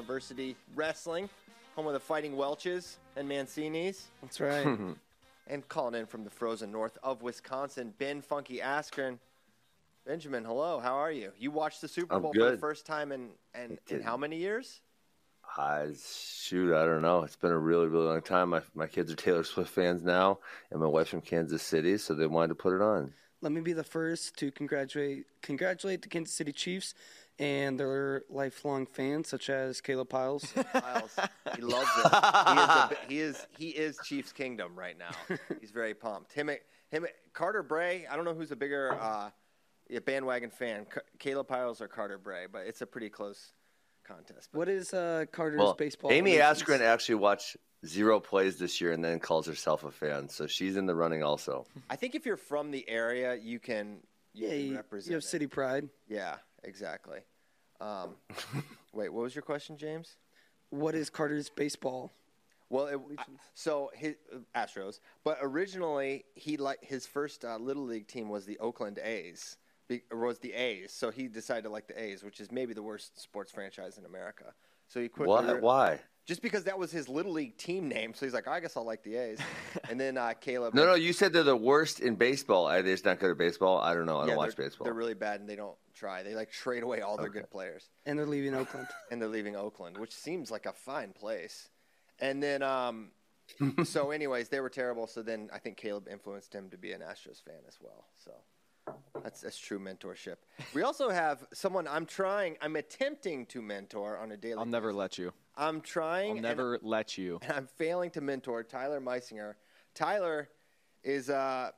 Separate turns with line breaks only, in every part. University Wrestling, home of the Fighting Welches and Mancinis,
That's right.
and calling in from the frozen north of Wisconsin, Ben Funky Askren. Benjamin, hello. How are you? You watched the Super
I'm
Bowl for the
good.
first time in, and
I
in
did.
how many years?
I shoot, I don't know. It's been a really, really long time. My my kids are Taylor Swift fans now, and my wife's from Kansas City, so they wanted to put it on.
Let me be the first to congratulate congratulate the Kansas City Chiefs and their lifelong fans, such as Caleb Piles.
Miles, he loves it. He is, a, he is he is Chiefs Kingdom right now. He's very pumped. Him, him, Carter Bray. I don't know who's a bigger uh, yeah, bandwagon fan, C- Caleb Piles or Carter Bray, but it's a pretty close contest. But
what is uh, Carter's
Well,
baseball?
Amy
relations?
Askren actually watched zero plays this year, and then calls herself a fan, so she's in the running also.
I think if you're from the area, you can you
Yeah,
can
you,
represent.
you have
it.
city pride.
Yeah, exactly. Um, wait, what was your question, James?
What is Carter's baseball?
Well, it, I- so his Astros, but originally he like his first uh, little league team was the Oakland A's, be, or was the A's. So he decided to like the A's, which is maybe the worst sports franchise in America. So he quickly
Why? Why?
just because that was his little league team name. So he's like, I guess I'll like the A's. and then uh, Caleb,
No, no. You said they're the worst in baseball. Are they just not good at baseball? I don't know. I
yeah,
don't watch
they're,
baseball.
They're really bad, and they don't try. They like trade away all their good players.
And they're leaving Oakland.
and they're leaving Oakland, which seems like a fine place. And then, um, so anyways, they were terrible. So then I think Caleb influenced him to be an Astros fan as well. So that's that's true mentorship. We also have someone I'm trying, I'm attempting to mentor on a daily.
I'll never let you.
I'm trying.
I'll
and-
never let you.
and I'm failing to mentor Tyler Meisinger. Tyler is uh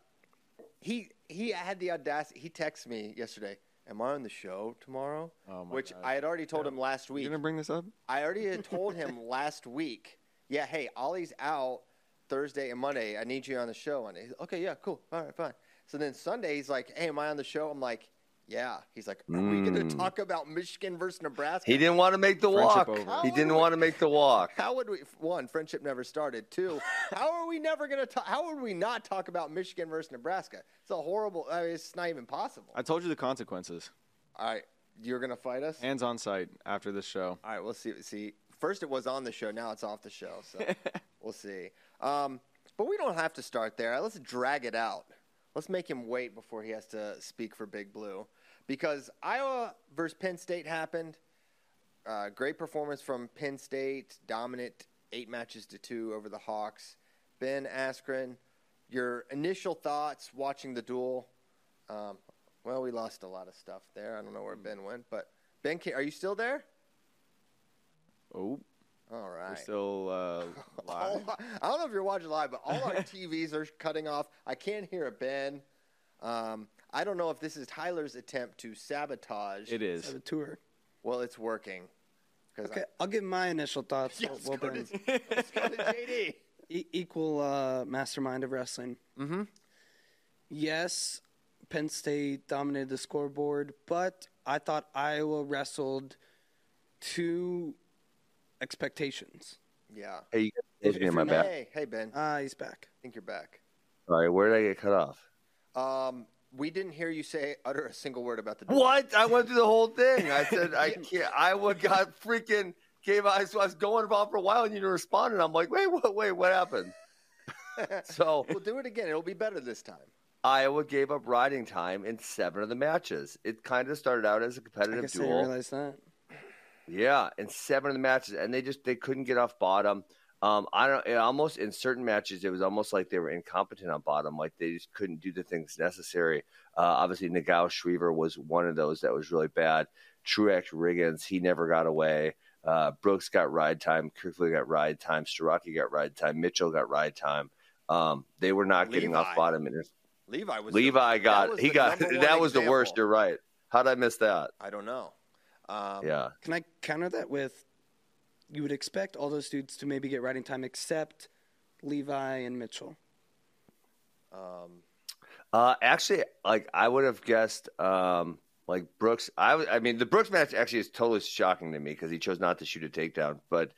he he had the audacity he texted me yesterday, Am I on the show tomorrow?
Oh my
Which
God.
I had already told him last week.
You gonna bring this up?
I already had told him last week, yeah, hey, Ollie's out Thursday and Monday. I need you on the show on it. He's, okay, yeah, cool. All right, fine. So then Sunday, he's like, hey, am I on the show? I'm like, yeah. He's like, are we going to talk about Michigan versus Nebraska?
he didn't want to make the walk.
Friendship over.
He didn't want to make the walk.
How would we? One, friendship never started. Two, how are we never going to talk? How would we not talk about Michigan versus Nebraska? It's a horrible. I mean, it's not even possible.
I told you the consequences.
All right, you're going to fight us.
Hands on site after this show.
All right, we'll see. See, first it was on the show, now it's off the show. So we'll see. Um, but we don't have to start there. Let's drag it out. Let's make him wait before he has to speak for Big Blue, because Iowa versus Penn State happened. Uh, great performance from Penn State, dominant eight matches to two over the Hawks. Ben Askren, your initial thoughts watching the duel? Um, well, we lost a lot of stuff there. I don't know where Ben went, but Ben, can, are you still there?
Oh,
All
we're
right.
still uh,
All-
live.
I don't know if you're watching live, but all our TVs are cutting off. I can't hear a Ben. Um, I don't know if this is Tyler's attempt to sabotage.
It is.
Have a tour.
Well, it's working. 'Cause
Okay, I'll give my initial thoughts.
I,
Well-
let's,
well
go
done.
to, let's go to JD.
E- equal uh, mastermind of wrestling. Mm-hmm. Yes, Penn State dominated the scoreboard, but I thought Iowa wrestled to expectations.
Yeah.
Hey, you guys me in my back.
Hey, hey, Ben. I
Ah, he's back.
think you're back.
Sorry, where did I get cut off?
Um, we didn't hear you say utter a single word about the duel.
What? I went through the whole thing. I said I can't. Iowa got freaking gave. I, so I was going about for a while, and you didn't respond. And I'm like, wait, what? Wait, what happened? so
We'll do it again. It'll be better this time.
Iowa gave up riding time in seven of the matches. It kind of started out as a
I
competitive
guess I didn't
duel.
realize that.
Yeah, in seven of the matches, and they just they couldn't get off bottom. Um, I don't. It almost in certain matches, it was almost like they were incompetent on bottom, like they just couldn't do the things necessary. Uh, obviously, Nagao Shriver was one of those that was really bad. Truex Riggins, he never got away. Uh, Brooks got ride time. Kirkland got ride time. Staraki got ride time. Mitchell got ride time. Um, they were not getting
Levi.
off bottom. And it's-
Levi was the-
Levi
that
got
was
he
the
got
number one
that was the
example.
worst. You're right. How did I miss that?
I don't know. Um,
Yeah.
Can I counter that with you would expect all those dudes to maybe get riding time except Levi and Mitchell.
um,
Uh, actually, like I would have guessed, um, like Brooks. I, w- I mean, the Brooks match actually is totally shocking to me because he chose not to shoot a takedown. But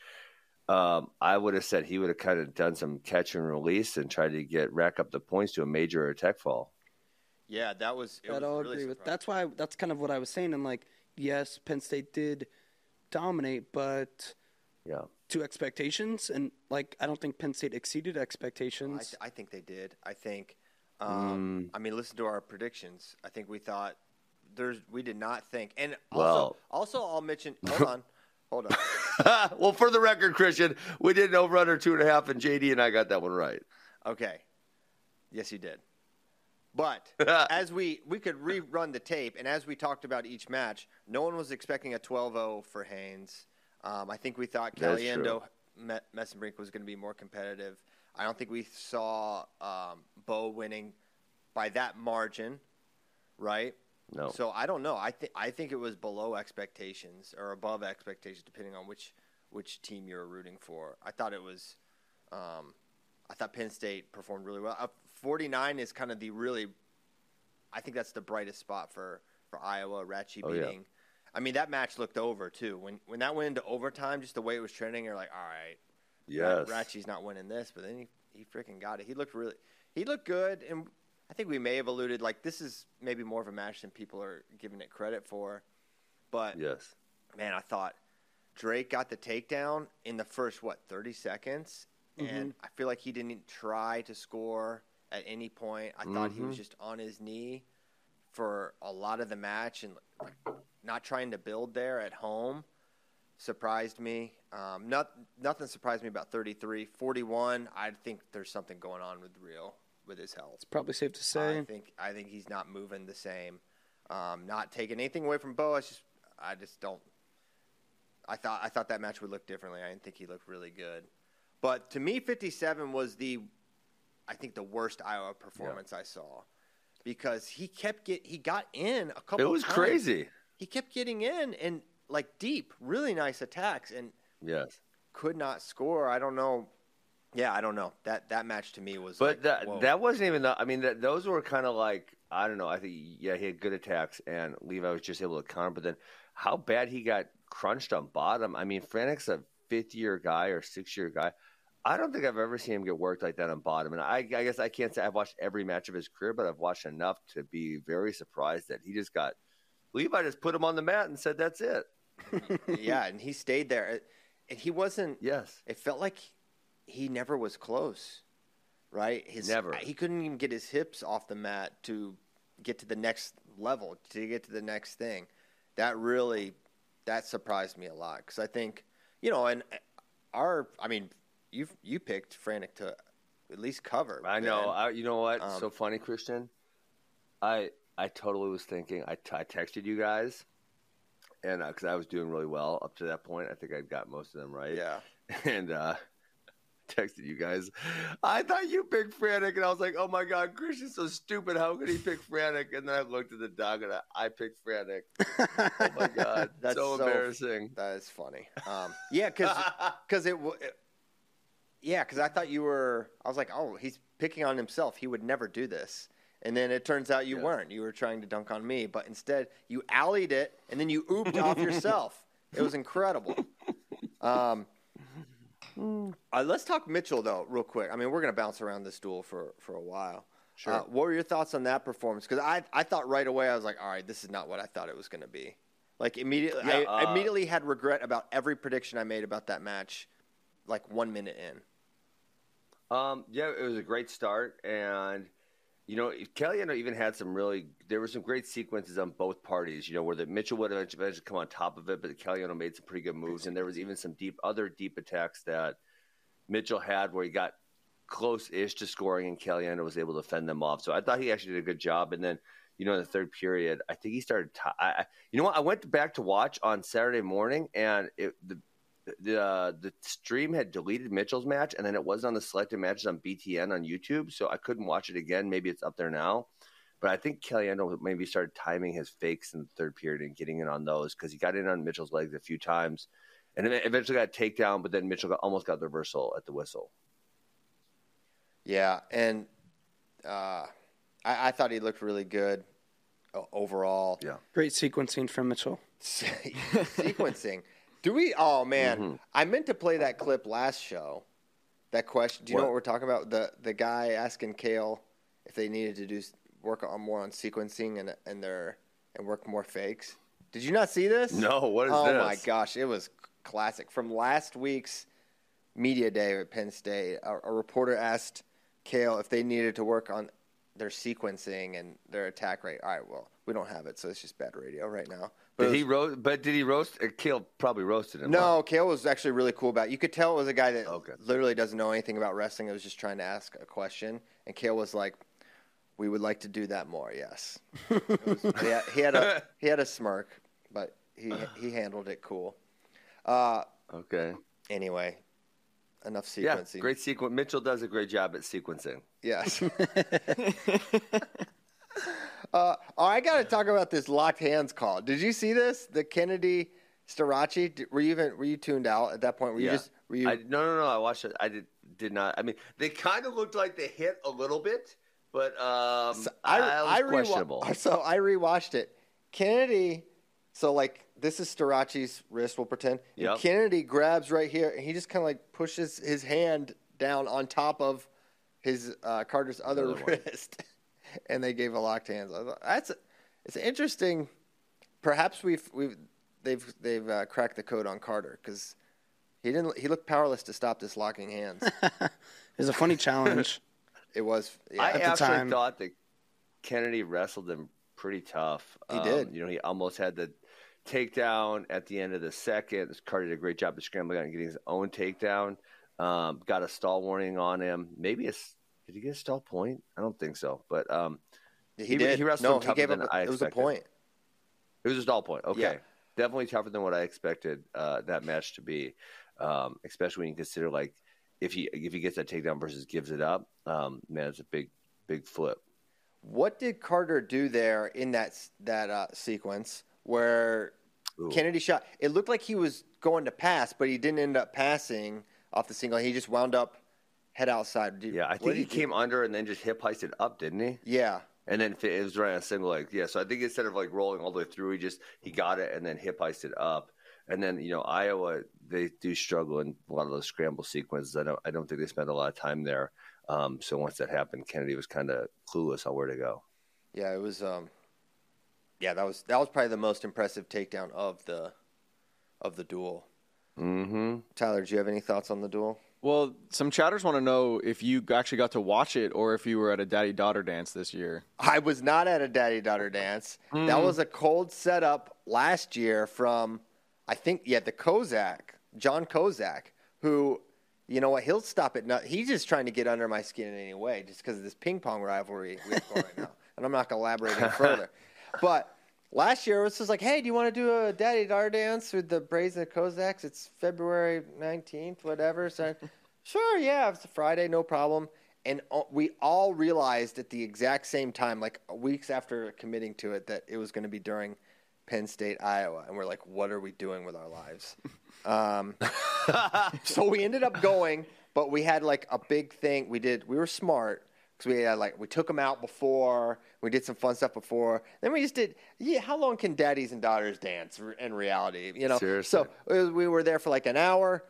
um, I would have said he would have kind of done some catch and release and tried to get rack up the points to a major or a tech fall.
yeah, that was. It was
That I'll
really
agree with.
surprising.
That's why that's kind of what I was saying. I'm like, yes, Penn State did dominate, but
Yeah.
to expectations, and like I don't think Penn State exceeded
I,
expectations.
th- I think they did. I think. Um, I mean, listen to our predictions. I think we thought there's we did not think, and also
Well-
also I'll mention. Hold on, hold on.
well, for the record, Christian, we did an over under two and a half, and JD and I got that one right.
Okay. Yes, you did. But as we we could rerun the tape, and as we talked about each match, no one was expecting a 12-0 for Haynes. Um, I think we thought
That's
Caliendo Me- Messenbrink was going to be more competitive. I don't think we saw um, Bo winning by that margin, right?
No.
So I don't know. I think I think it was below expectations or above expectations, depending on which which team you're rooting for. I thought it was. Um, I thought Penn State performed really well. Uh, 49 is kind of the really. I think that's the brightest spot for for Iowa. Ratchy
Oh, yeah.
beating. I mean that match looked over too. When when that went into overtime, just the way it was trending, you're like, all right,
yes.
Ratchy's not winning this, but then he, he freaking got it. He looked really he looked good and I think we may have alluded like this is maybe more of a match than people are giving it credit for. But
Yes.
man, I thought Drake got the takedown in the first what, 30 seconds and I feel like he didn't try to score at any point. I thought he was just on his knee for a lot of the match and like, not trying to build there at home surprised me. Um, not, nothing surprised me about 33. 41, I think there's something going on with Real with his health.
Probably safe to say.
I think I think he's not moving the same. Um, not taking anything away from Bo. I just I just don't. I thought I thought that match would look differently. I didn't think he looked really good. But to me, 57 was the I think the worst Iowa performance I saw because he kept get he got in a couple.
It was
times.
crazy.
He kept getting in and like deep, really nice attacks and
Yes.
could not score. I don't know. Yeah, I don't know. That that match to me was.
But
like,
that
whoa.
that wasn't even the. I mean, that, those were kind of like I don't know. I think yeah, he had good attacks, and Levi was just able to counter. But then, how bad he got crunched on bottom. I mean, Frantic's a fifth year guy or six year guy. I don't think I've ever seen him get worked like that on bottom. And I, I guess I can't say I've watched every match of his career, but I've watched enough to be very surprised that he just got Levi just put him on the mat and said, "That's it."
yeah, and he stayed there. It- And he wasn't.
Yes.
It felt like he never was close, right? His,
Never.
He couldn't even get his hips off the mat to get to the next level, to get to the next thing. That really, that surprised me a lot because I think, you know, and uh, our, I mean, you you picked Frantic to at least cover.
I know.
Ben.
I, you know what?
Um,
so funny, Christian. I I totally was thinking. I, t- I texted you guys, and because I was doing really well up to that point, I think I'd got most of them right.
yeah.
And uh, texted you guys. I thought you picked Frantic, and I was like, "Oh my god, Christian's so stupid. How could he pick Frantic?" And then I looked at the dog, and I, I picked Frantic. Oh my god,
That's
so,
so-
embarrassing.
That is funny. Um, yeah, because because it, w- it- yeah, because I thought you were. I was like, oh, he's picking on himself. He would never do this. And then it turns out you
Yeah.
weren't. You were trying to dunk on me, but instead you alleyed it and then you ooped off yourself. It was incredible. Um, uh, let's talk Mitchell though, real quick. I mean, we're going to bounce around this duel for for a while.
Sure.
Uh, what were your thoughts on that performance? Because I I thought right away I was like, all right, this is not what I thought it was going to be. Like immediately,
Yeah,
I
uh,
immediately had regret about every prediction I made about that match. Like one minute in,
Um, yeah, it was a great start, and you know, Caliendo even had some really. There were some great sequences on both parties. You know, where the Mitchell would have eventually come on top of it, but Caliendo made some pretty good moves, and there was even some deep other deep attacks that Mitchell had where he got close-ish to scoring, and Caliendo was able to fend them off. So I thought he actually did a good job, and then. You know, in the third period, I think he started. T- I, I, you know what? I went back to watch on Saturday morning, and it, the the uh, the stream had deleted Mitchell's match, and then it wasn't on the selected matches on BTN on YouTube, so I couldn't watch it again. Maybe it's up there now, but I think Caliendo maybe started timing his fakes in the third period and getting in on those because he got in on Mitchell's legs a few times, and ev- eventually got a takedown. But then Mitchell got, almost got the reversal at the whistle.
yeah, and uh, I, I thought he looked really good o- overall.
Yeah.
Great sequencing from Mitchell.
sequencing. Do we? Oh man,
Mm-hmm.
I meant to play that clip last show. That question. Do you know
What?
what we're talking about? The the guy asking Kale if they needed to do s- work on more on sequencing and and their and work more fakes. Did you not see this?
No, what is
oh
this?
my gosh, it was classic from last week's media day at Penn State. A, a reporter asked Kale if they needed to work on their sequencing and their attack rate. All right, well, we don't have it, so it's just bad radio right now. But it
Did
was-
he roast? But did he roast? Uh, Kale probably roasted him. huh?
no, Kale was actually really cool about. It. You could tell it was a guy that
Okay.
literally doesn't know anything about wrestling. It was just trying to ask a question, and Kale was like, "We would like to do that more." Yes, It was- he, had, he had a he had a smirk, but he he handled it cool.
Okay.
Anyway, enough
Yeah.
sequencing.
Great sequence. Mitchell does a great job at sequencing.
Yes. uh, oh, I got to talk about this locked hands call. Did you see this? The Kennedy Starachi. Did- Were you even were you tuned out at that point? Were you
yeah.
just were you?
I, no, no, no. I watched it. I did did not. I mean, they kind of looked like they hit a little bit, but um,
So
I, I was
rewa-
questionable.
So I rewatched it. Kennedy, so like this is Starachi's wrist, we'll pretend. And
Yep.
Kennedy grabs right here, and he just kind of like pushes his hand down on top of his uh, Carter's other
Another one.
wrist, and they gave a locked hands. I thought, that's it's interesting. Perhaps we've we've they've they've uh, cracked the code on Carter because he didn't he looked powerless to stop this locking hands.
It's a funny challenge.
it was yeah.
I
at the
actually
time.
thought that Kennedy wrestled him pretty tough. Um,
He did.
You know, he almost had the takedown at the end of the second. Carter did a great job of scrambling out and getting his own takedown. Um, got a stall warning on him. Maybe a s did he get a stall point? I don't think so. But um,
he,
he-
did
he wrestled
no
him
he
tougher
gave
than
up
I
it was a
expected.
point.
it was a stall point. Okay.
Yeah.
Definitely tougher than what I expected uh, that match to be, um, especially when you consider like if he if he gets that takedown versus gives it up, um, man, it's a big big flip.
What did Carter do there in that that uh, sequence where
Ooh.
Kennedy shot? It looked like he was going to pass, but he didn't end up passing off the single. He just wound up head outside. Do-
Yeah, I
what
think
did
he
do?
came under and then just hip hoisted up, didn't he?
Yeah,
And then it was right on a single leg. Yeah, so I think instead of like rolling all the way through, he just he got it and then hip hoisted up. And then you know Iowa, they do struggle in a lot of those scramble sequences. I don't I don't think they spend a lot of time there. Um, so once that happened, Kennedy was kind of clueless on where to go.
yeah, it was. Um, yeah, that was that was probably the most impressive takedown of the of the duel.
Mm-hmm.
Tyler, do you have any thoughts on the duel?
Well, some chatters want to know if you actually got to watch it or if you were at a daddy daughter dance this year.
I was not at a daddy daughter dance. That was a cold setup last year from, I think, yeah, the Kozak, John Kozak, who, you know what, he'll stop at nothing. He's just trying to get under my skin in any way just because of this ping pong rivalry we have going right now. And I'm not going to elaborate any further. But last year it was just like, hey, do you want to do a daddy daughter dance with the Brazen Kozaks? It's February 19th, whatever. So, sure, yeah, it's a Friday, no problem. And o- we all realized at the exact same time, like weeks after committing to it, that it was going to be during Penn State, Iowa. And we're like, what are we doing with our lives? Um, so we ended up going, but we had like a big thing. We did. We were smart because we had like we took them out before. We did some fun stuff before. Then we just did. Yeah, how long can daddies and daughters dance r- in reality? You know.
Seriously.
So it was- we were there for like an hour.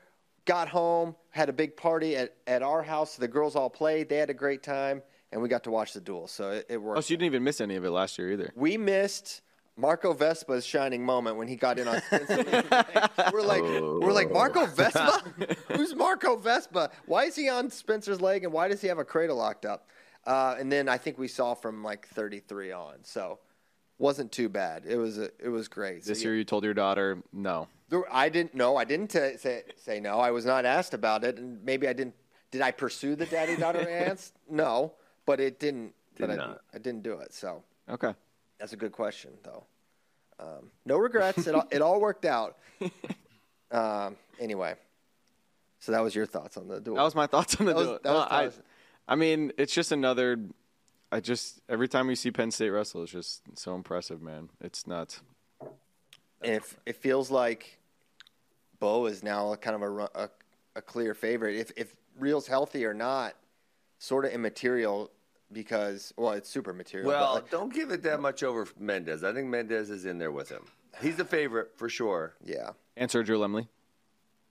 Got home, had a big party at, at our house. The girls all played. They had a great time, and we got to watch the duel. So it, it worked.
Oh, so you didn't even miss any of it last year either.
We missed Marco Vespa's shining moment when he got in on Spencer. Lee. we're like, we're like Marco Vespa. Who's Marco Vespa? Why is he on Spencer's leg, and why does he have a cradle locked up? Uh, and then I think we saw from like 33 on, so wasn't too bad. It was a, it was great. So,
This
yeah.
year you told your daughter no.
There- I didn't know. I didn't t- say say no. I was not asked about it, and maybe I didn't. Did I pursue the daddy daughter dance? No, but it didn't. but I,
not.
I didn't do it. So.
Okay.
That's a good question, though. Um, no regrets. It all, it all worked out. Um, anyway, so that was your thoughts on the duel.
That was my thoughts on the
That was-
duel.
that was
No, I,
Tyler's-
I mean, it's just another. I just every time we see Penn State wrestle, it's just so impressive, man. It's nuts.
and it, it feels like Bo is now a kind of a, ru- a, a clear favorite. If if Real's healthy or not, sort of immaterial because well, it's super material. but,
Well,
like,
don't give it that much over Mendez. I think Mendez is in there with him. He's the favorite for sure.
yeah,
And Sergio Lemley.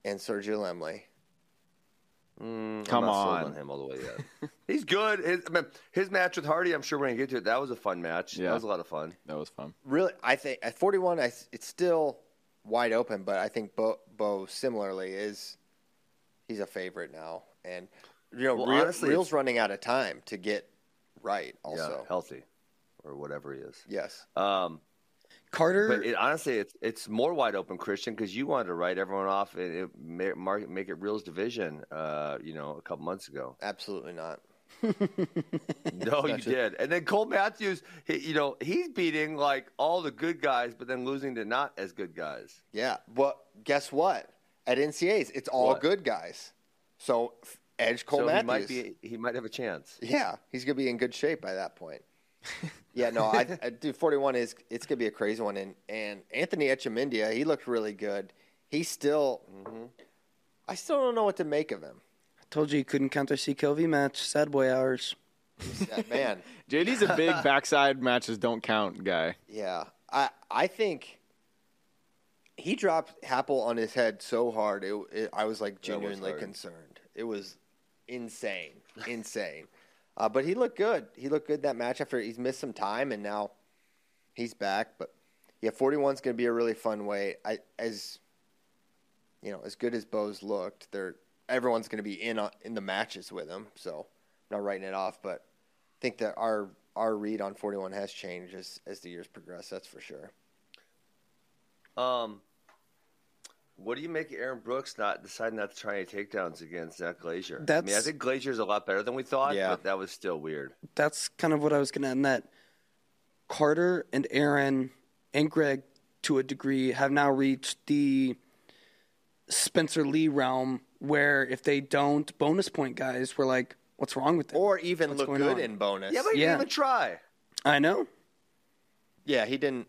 and Sergio Lemley.
Come
Mm, I'm not sold
on.
him all the way yet. He's good. His, I mean, his match with Hardy, I'm sure we're gonna get to it. That was a fun match.
Yeah.
That was a lot of fun.
That was fun.
Really, I think at 41, I, it's still wide open, but I think Bo, Bo similarly is he's a favorite now, and you know,
Well,
Reel-
honestly,
Reel's running out of time to get right. Also,
yeah, healthy or whatever he is.
yes,
Um,
Carter.
but it, honestly, it's it's more wide open, Christian, because you wanted to write everyone off and it, ma- mark, make it Reel's division. Uh, you know, a couple months ago.
absolutely not.
No, you did. And then Cole Matthews, he, you know, he's beating like all the good guys, but then losing to not as good guys.
Yeah, but guess what? At NCAs, it's all
What?
good guys. So f- Edge Cole
so
Matthews.
he might be he might have a chance.
Yeah, he's gonna be in good shape by that point. yeah, no, I, I do. Forty-one is it's gonna be a crazy one, and and Anthony Etchemindia, he looked really good. He still, mm-hmm, I still don't know what to make of him.
Told you you couldn't counter CKLV match. Sad boy hours.
He's that man,
JD's a big backside matches don't count guy.
yeah, I I think he dropped Happel on his head so hard. It, it I was like
was
genuinely
hard.
concerned. It was insane, insane. Uh, but he looked good. He looked good that match after he's missed some time, and now he's back. But yeah, 41's going to be a really fun way. I as you know, as good as Bo's looked, they're everyone's going to be in on, in the matches with him. So I'm not writing it off, but I think that our our read on 41 has changed as as the years progress. That's for sure.
Um, what do you make of Aaron Brooks not deciding not to try any takedowns against Zach Glacier? I mean, I
That's-
think Glacier's a lot better than we thought,
Yeah.
but that was still weird.
That's kind of what I was going to end that. Carter and Aaron and Greg, to a degree, have now reached the Spencer Lee realm where if they don't, bonus point guys were like, what's wrong with them?
Or even look
going
good
on?
in bonus.
Yeah, but he
Yeah.
didn't even try.
I know.
Yeah, he didn't.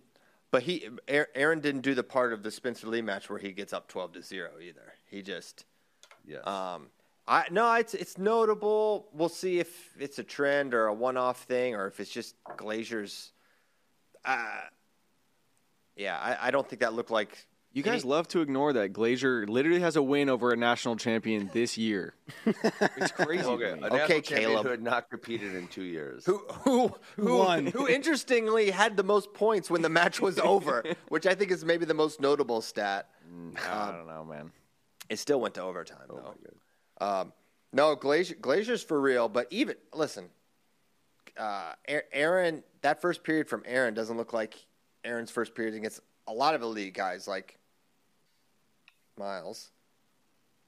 But he Aar- Aaron didn't do the part of the Spencer Lee match where he gets up twelve to zero either. He just
Yeah.
Uh,
um, I no, it's it's notable. We'll see if it's a trend or a one-off thing or if it's just Glazier's. Uh, yeah, I, I don't think that looked like
You guys
Any-
love to ignore that Glazier literally has a win over a national champion this year. it's crazy.
okay,
to
a
me.
national
Okay,
champion
Caleb.
who had not competed in two years.
who who who
Won.
who interestingly had the most points when the match was over, which I think is maybe the most notable stat.
I don't know, man.
It still went to overtime
Oh,
though. Um, no, Glacier, Glacier's for real. But even listen, uh, A- Aaron, that first period from Aaron doesn't look like Aaron's first period against a lot of elite guys like Miles.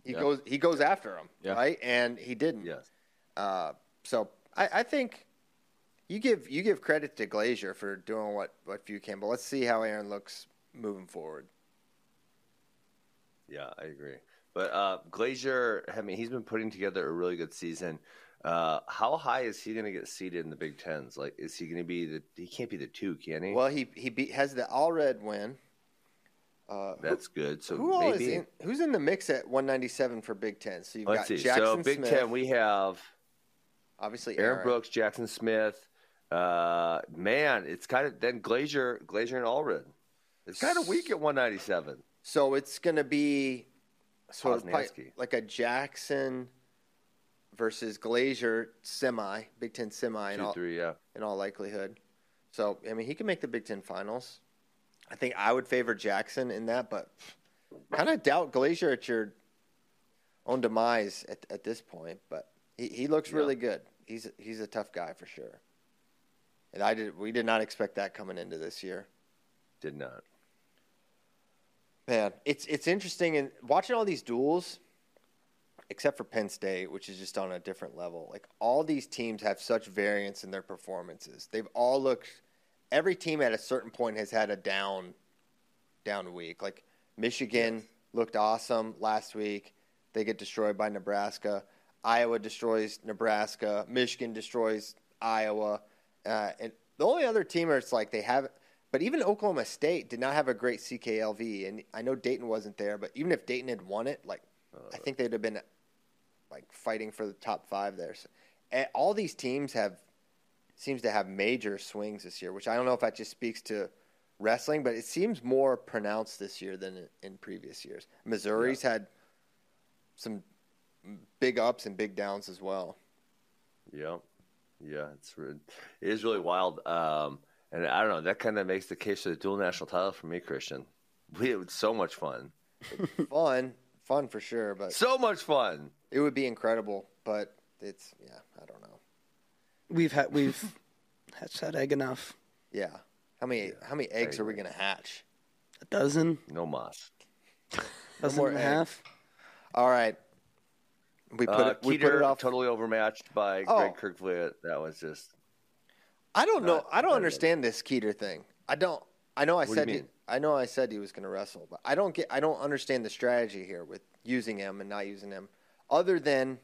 He
Yeah.
goes, he goes after him,
Yeah.
right? And he didn't.
Yes.
Uh, so I, I think you give you give credit to Glazier for doing what what few can. But let's see how Aaron looks moving forward.
Yeah, I agree. But uh, Glazier, I mean, he's been putting together a really good season. Uh, how high is he going to get seated in the Big Tens? Like, is he going to be the? He can't be the two, can he?
Well, he he beat, has the all red win. Uh,
That's good. So
Who all is
maybe.
in, who's in the mix at 197 for Big Ten? So you've
Let's
got
see.
Jackson
so Big
Smith,
Ten, we have
obviously
Aaron
Aaron,
Brooks, Jackson Smith. Uh, man, it's kind of then Glazier, Glazier and Allred. It's kind of weak at 197.
So it's going to be sort of
Posnanski.
probably like a Jackson versus Glazier semi, Big Ten semi, in
Two,
all,
three, yeah.
in all likelihood. So I mean, he can make the Big Ten finals. I think I would favor Jackson in that, but kind of doubt Glazier at your own demise at, at this point. But he, he looks really good. He's he's a tough guy for sure. And I did we did not expect that coming into this year.
Did not.
Man, it's it's interesting and watching all these duels, except for Penn State, which is just on a different level. Like all these teams have such variance in their performances. They've all looked. Every team at a certain point has had a down, down week. Like Michigan looked awesome last week. They get destroyed by Nebraska. Iowa destroys Nebraska. Michigan destroys Iowa. Uh, and the only other team where it's like they have, but even Oklahoma State did not have a great CKLV. And I know Dayton wasn't there, but even if Dayton had won it, like I think they'd have been like fighting for the top five there. So, and all these teams have seems to have major swings this year, which I don't know if that just speaks to wrestling, but it seems more pronounced this year than in- in previous years. Missouri's had some big ups and big downs as well.
Yeah, yeah, it's re- it is really wild. Um, and I don't know, that kind of makes the case for the dual national title for me, Christian. We it was so much fun,
fun, fun for sure, but
Hmm. so much fun.
it would be incredible. But it's yeah, I don't know.
We've had we've hatched that egg enough.
Yeah, how many how many eggs are we gonna hatch?
A dozen,
No moss.
dozen
more
and a
eggs.
half.
All right, we put
Uh,
it, we put it
Keter
off.
totally overmatched by
Oh.
Greg Kirkvliet. That was just
I don't know.
Not-
I don't
not
understand this Keter thing. I don't. I know. I
do you
said. He,
mean?
I know. I said he was going to wrestle, but I don't get. I don't understand the strategy here with using him and not using him, other than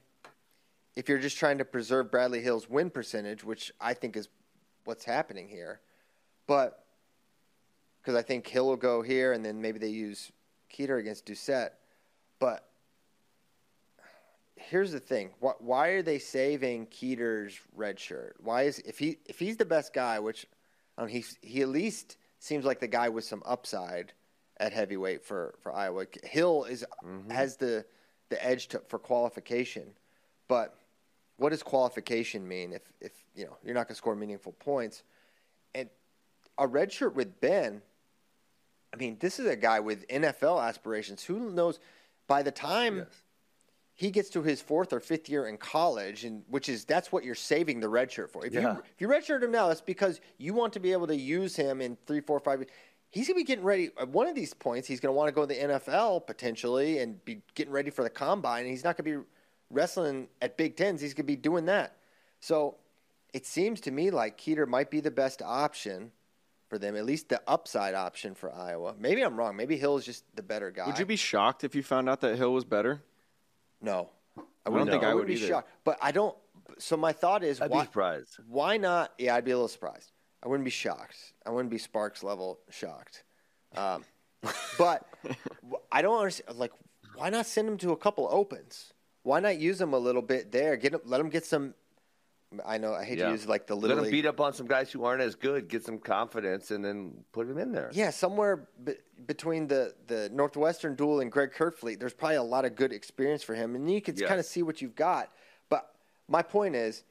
if you're just trying to preserve Bradley Hill's win percentage, which I think is what's happening here. But because I think Hill will go here, and then maybe they use Keter against Doucette. But here's the thing: why, why are they saving Keter's red shirt? Why is if he if he's the best guy, which I mean, he's he at least seems like the guy with some upside at heavyweight for for Iowa. Hill is has the the edge to, for qualification, but what does qualification mean if if you know you're not going to score meaningful points? And a red shirt with Ben I mean, this is a guy with NFL aspirations. Who knows? By the time he gets to his fourth or fifth year in college, and which is that's what you're saving the red shirt for. If
Yeah.
you if you redshirt him now, that's because you want to be able to use him in three, four, five. years. He's gonna be getting ready. At one of these points, he's gonna want to go to the NFL potentially and be getting ready for the combine. And he's not gonna be wrestling at Big Tens. He's gonna be doing that. So it seems to me like Keeter might be the best option for them, at least the upside option for Iowa. Maybe I'm wrong. Maybe Hill is just the better guy.
Would you be shocked if you found out that Hill was better?
No, I
don't
wouldn't-
think I would
be
either.
shocked. But I don't. So my thought is,
I'd be
why,
surprised.
why not? Yeah, I'd be a little surprised. I wouldn't be shocked. I wouldn't be Sparks level shocked. Um, but w- I don't understand. Like, why not send him to a couple opens? Why not use him a little bit there? Get him, let him get some. I know I hate
Yeah.
to use like the
Let
little
him
league-
beat up on some guys who aren't as good, get some confidence, and then put him in there.
Yeah, somewhere b- between the, the Northwestern duel and Greg Kurtfleet, there's probably a lot of good experience for him, and you can
Yeah.
kind of see what you've got. But my point is,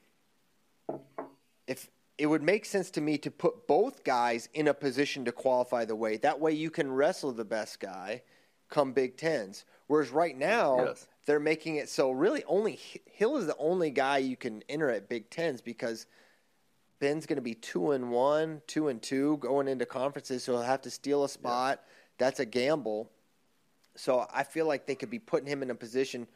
if it would make sense to me to put both guys in a position to qualify the weight, that way you can wrestle the best guy come Big Tens. Whereas right now,
Yes.
they're making it so really only H- Hill is the only guy you can enter at Big Tens because Ben's going to be two and one, two and two going into conferences, so he'll have to steal a spot. That's a gamble. So I feel like they could be putting him in a position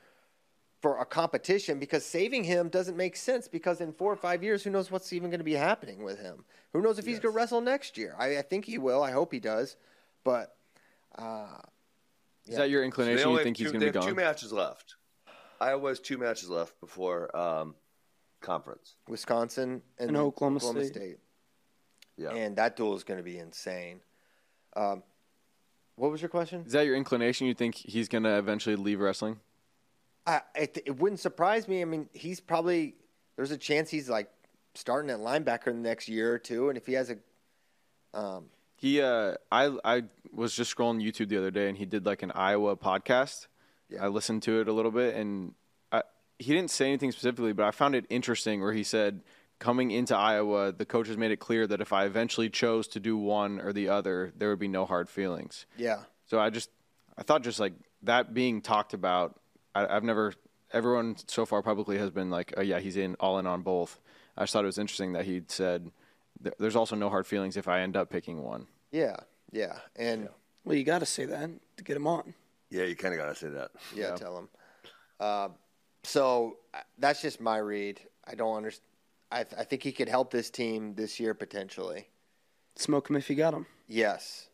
for a competition because saving him doesn't make sense because in four or five years, who knows what's even going to be happening with him? Who knows if he's going to wrestle next year? I, I think he will. I hope he does. But
Is that your
So they
inclination?
only
you
have
think
two,
he's going
they
to be
have
gone?
Two matches left. Iowa has two matches left before um, conference.
Wisconsin and,
And Oklahoma State.
Yeah,
And that duel is going to be insane. Um, what was your question?
Is that your inclination? You think he's going to eventually leave wrestling?
I, it, it wouldn't surprise me. I mean, he's probably there's a chance he's like starting at linebacker in the next year or two, and if he has a
He, uh, I, I was just scrolling YouTube the other day, and he did like an Iowa podcast. I listened to it a little bit, and I, he didn't say anything specifically, but I found it interesting where he said, coming into Iowa, the coaches made it clear that if I eventually chose to do one or the other, there would be no hard feelings.
yeah,
So I just, I thought just like that being talked about, I, I've never, everyone so far publicly has been like, oh yeah, he's in all in on both. I just thought it was interesting that he said, "There- there's also no hard feelings if I end up picking one.
yeah, yeah, and
Well, you got to say that to get him on.
yeah, you kind of gotta say that.
yeah, tell him. Uh, so uh, that's just my read. I don't understand. I, th- I think he could help this team this year potentially.
Smoke him if you got him.
Yes.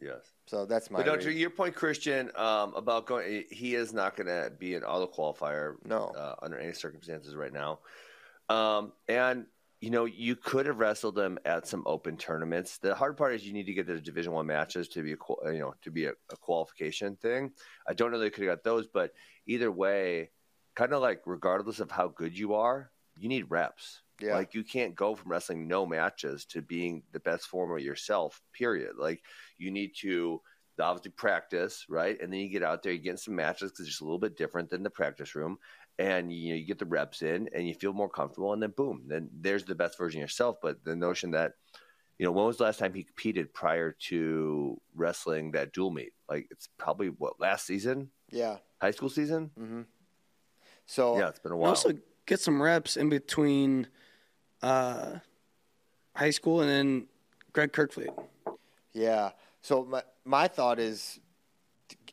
Yes.
So that's my.
But no,
read.
to your point, Christian, um, about going, he is not going to be an auto qualifier.
No.
uh, under any circumstances right now. Um, and you know, you could have wrestled him at some open tournaments. The hard part is you need to get those Division One matches to be a qual- you know to be a, a qualification thing. I don't know they could have got those, but either way, kind of like regardless of how good you are, you need reps.
Yeah.
Like you can't go from wrestling no matches to being the best form of yourself. Period. Like you need to obviously practice, right? And then you get out there, you get in some matches because it's a little bit different than the practice room, and you, know, you get the reps in, and you feel more comfortable, and then boom, then there's the best version of yourself. But the notion that you know, when was the last time he competed prior to wrestling that dual meet? Like it's probably what last season,
Yeah.
high school season.
Mm-hmm. So
Yeah, it's been a
And
while.
also get some reps in between uh, high school and then Greg Kirkfleet.
Yeah. So my my thought is,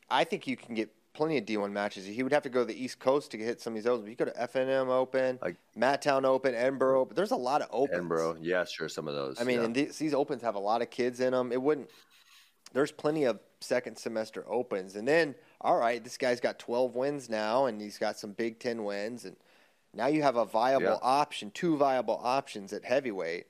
I think you can get plenty of D1 matches. He would have to go to the East Coast to hit some of these Open. But you go to FNM Open,
Like-
Matttown Open, Edinburgh Open. There's a lot of opens.
Edinburgh, yeah, sure, some of those.
I mean,
yeah.
and these, these opens have a lot of kids in them. It wouldn't. There's plenty of second semester opens, and then all right, this guy's got 12 wins now, and he's got some Big Ten wins, and now you have a viable
Yeah.
option, two viable options at heavyweight,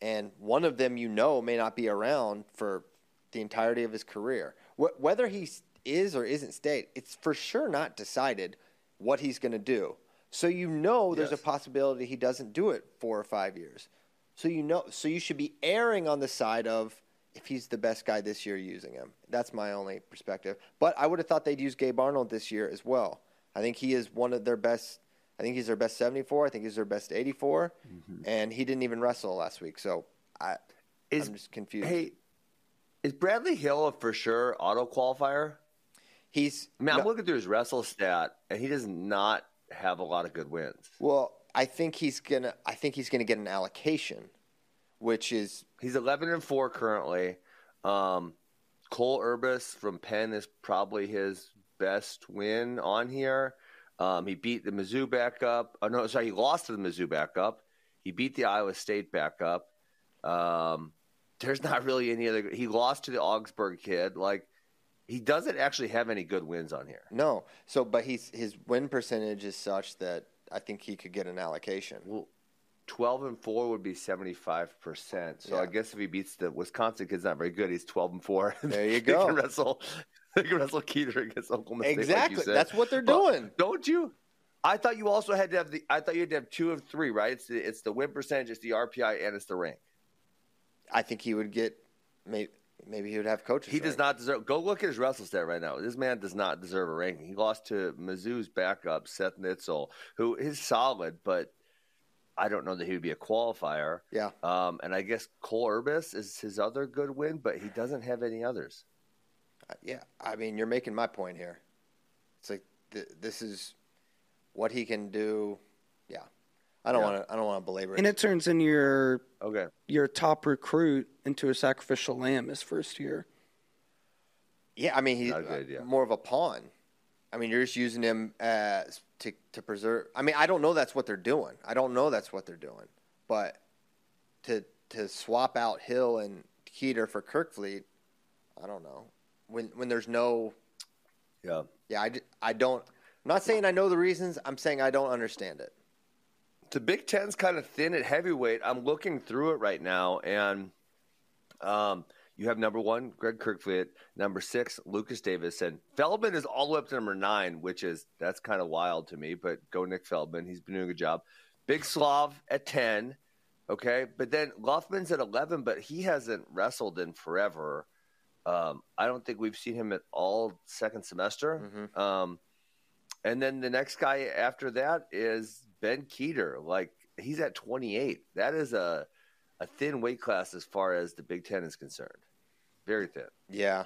and one of them you know may not be around for the entirety of his career. Wh- whether he s- is or isn't state, it's for sure not decided what he's going to do. So you know there's
Yes.
a possibility he doesn't do it four or five years. So you know, so you should be erring on the side of if he's the best guy this year using him. That's my only perspective. But I would have thought they'd use Gabe Arnold this year as well. I think he is one of their best. I think he's their best 74. I think he's their best 84.
Mm-hmm.
And he didn't even wrestle last week, so I,
Is-
I'm just confused.
hey, is Bradley Hill a for sure auto qualifier?
he's
I mean,
no-
I'm looking through his wrestle stat, and he does not have a lot of good wins.
well. I think he's gonna. I think he's gonna get an allocation, which is
He's 11 and four currently. Um, Cole Urbis from Penn is probably his best win on here. Um, he beat the Mizzou backup. Oh no, sorry, he lost to the Mizzou backup. He beat the Iowa State backup. Um, there's not really any other. He lost to the Augsburg kid. Like he doesn't actually have any good wins on here.
no. So, but he's his win percentage is such that I think he could get an allocation.
Well, 12 and 4 would be 75%. So I
Yeah.
guess if he beats the Wisconsin kid's not very good, he's 12 and 4.
There you
They
go.
Can wrestle, they can wrestle Keeter against Oklahoma State. like you
Exactly.
said.
That's what they're
But
doing.
don't you? I thought you also had to have the. I thought you had to have two of three, right? It's the, it's the win percentage, it's the RPI, and it's the rank.
I think he would get maybe maybe he would have coaches.
He does
rank.
not deserve. Go look at his wrestle stat right now. This man does not deserve a ranking. He lost to Mizzou's backup Seth Nitzel, who is solid, but I don't know that he would be a qualifier.
Yeah.
Um, and I guess Cole Urbis is his other good win, but he doesn't have any others.
Uh, Yeah. I mean, you're making my point here. It's like th- this is what he can do. Yeah. I don't
Yeah.
want to. I don't want to belabor it.
And it turns in your
Okay.
your top recruit into a sacrificial lamb his first year.
yeah. I mean, he's
Not a good idea.
more of a pawn. I mean, you're just using him as to to preserve. I mean, I don't know that's what they're doing. I don't know that's what they're doing. But to to swap out Hill and Keeter for Kirkfleet, I don't know. When when there's no
Yeah.
Yeah, I, d- I don't. I'm not saying I know the reasons. I'm saying I don't understand it.
The Big Ten's kind of thin at heavyweight. I'm looking through it right now, and um, you have number one, Greg Kirkfleet, number six, Lucas Davis, and Feldman is all the way up to number nine, which is that's kind of wild to me. But go Nick Feldman, he's been doing a good job. Big Slav at ten, okay, but then Luffman's at eleven, but he hasn't wrestled in forever. Um, I don't think we've seen him at all second semester. Um, and then the next guy after that is Ben Keeter. Like he's at 28. That is a a thin weight class as far as the Big Ten is concerned. Very thin.
Yeah,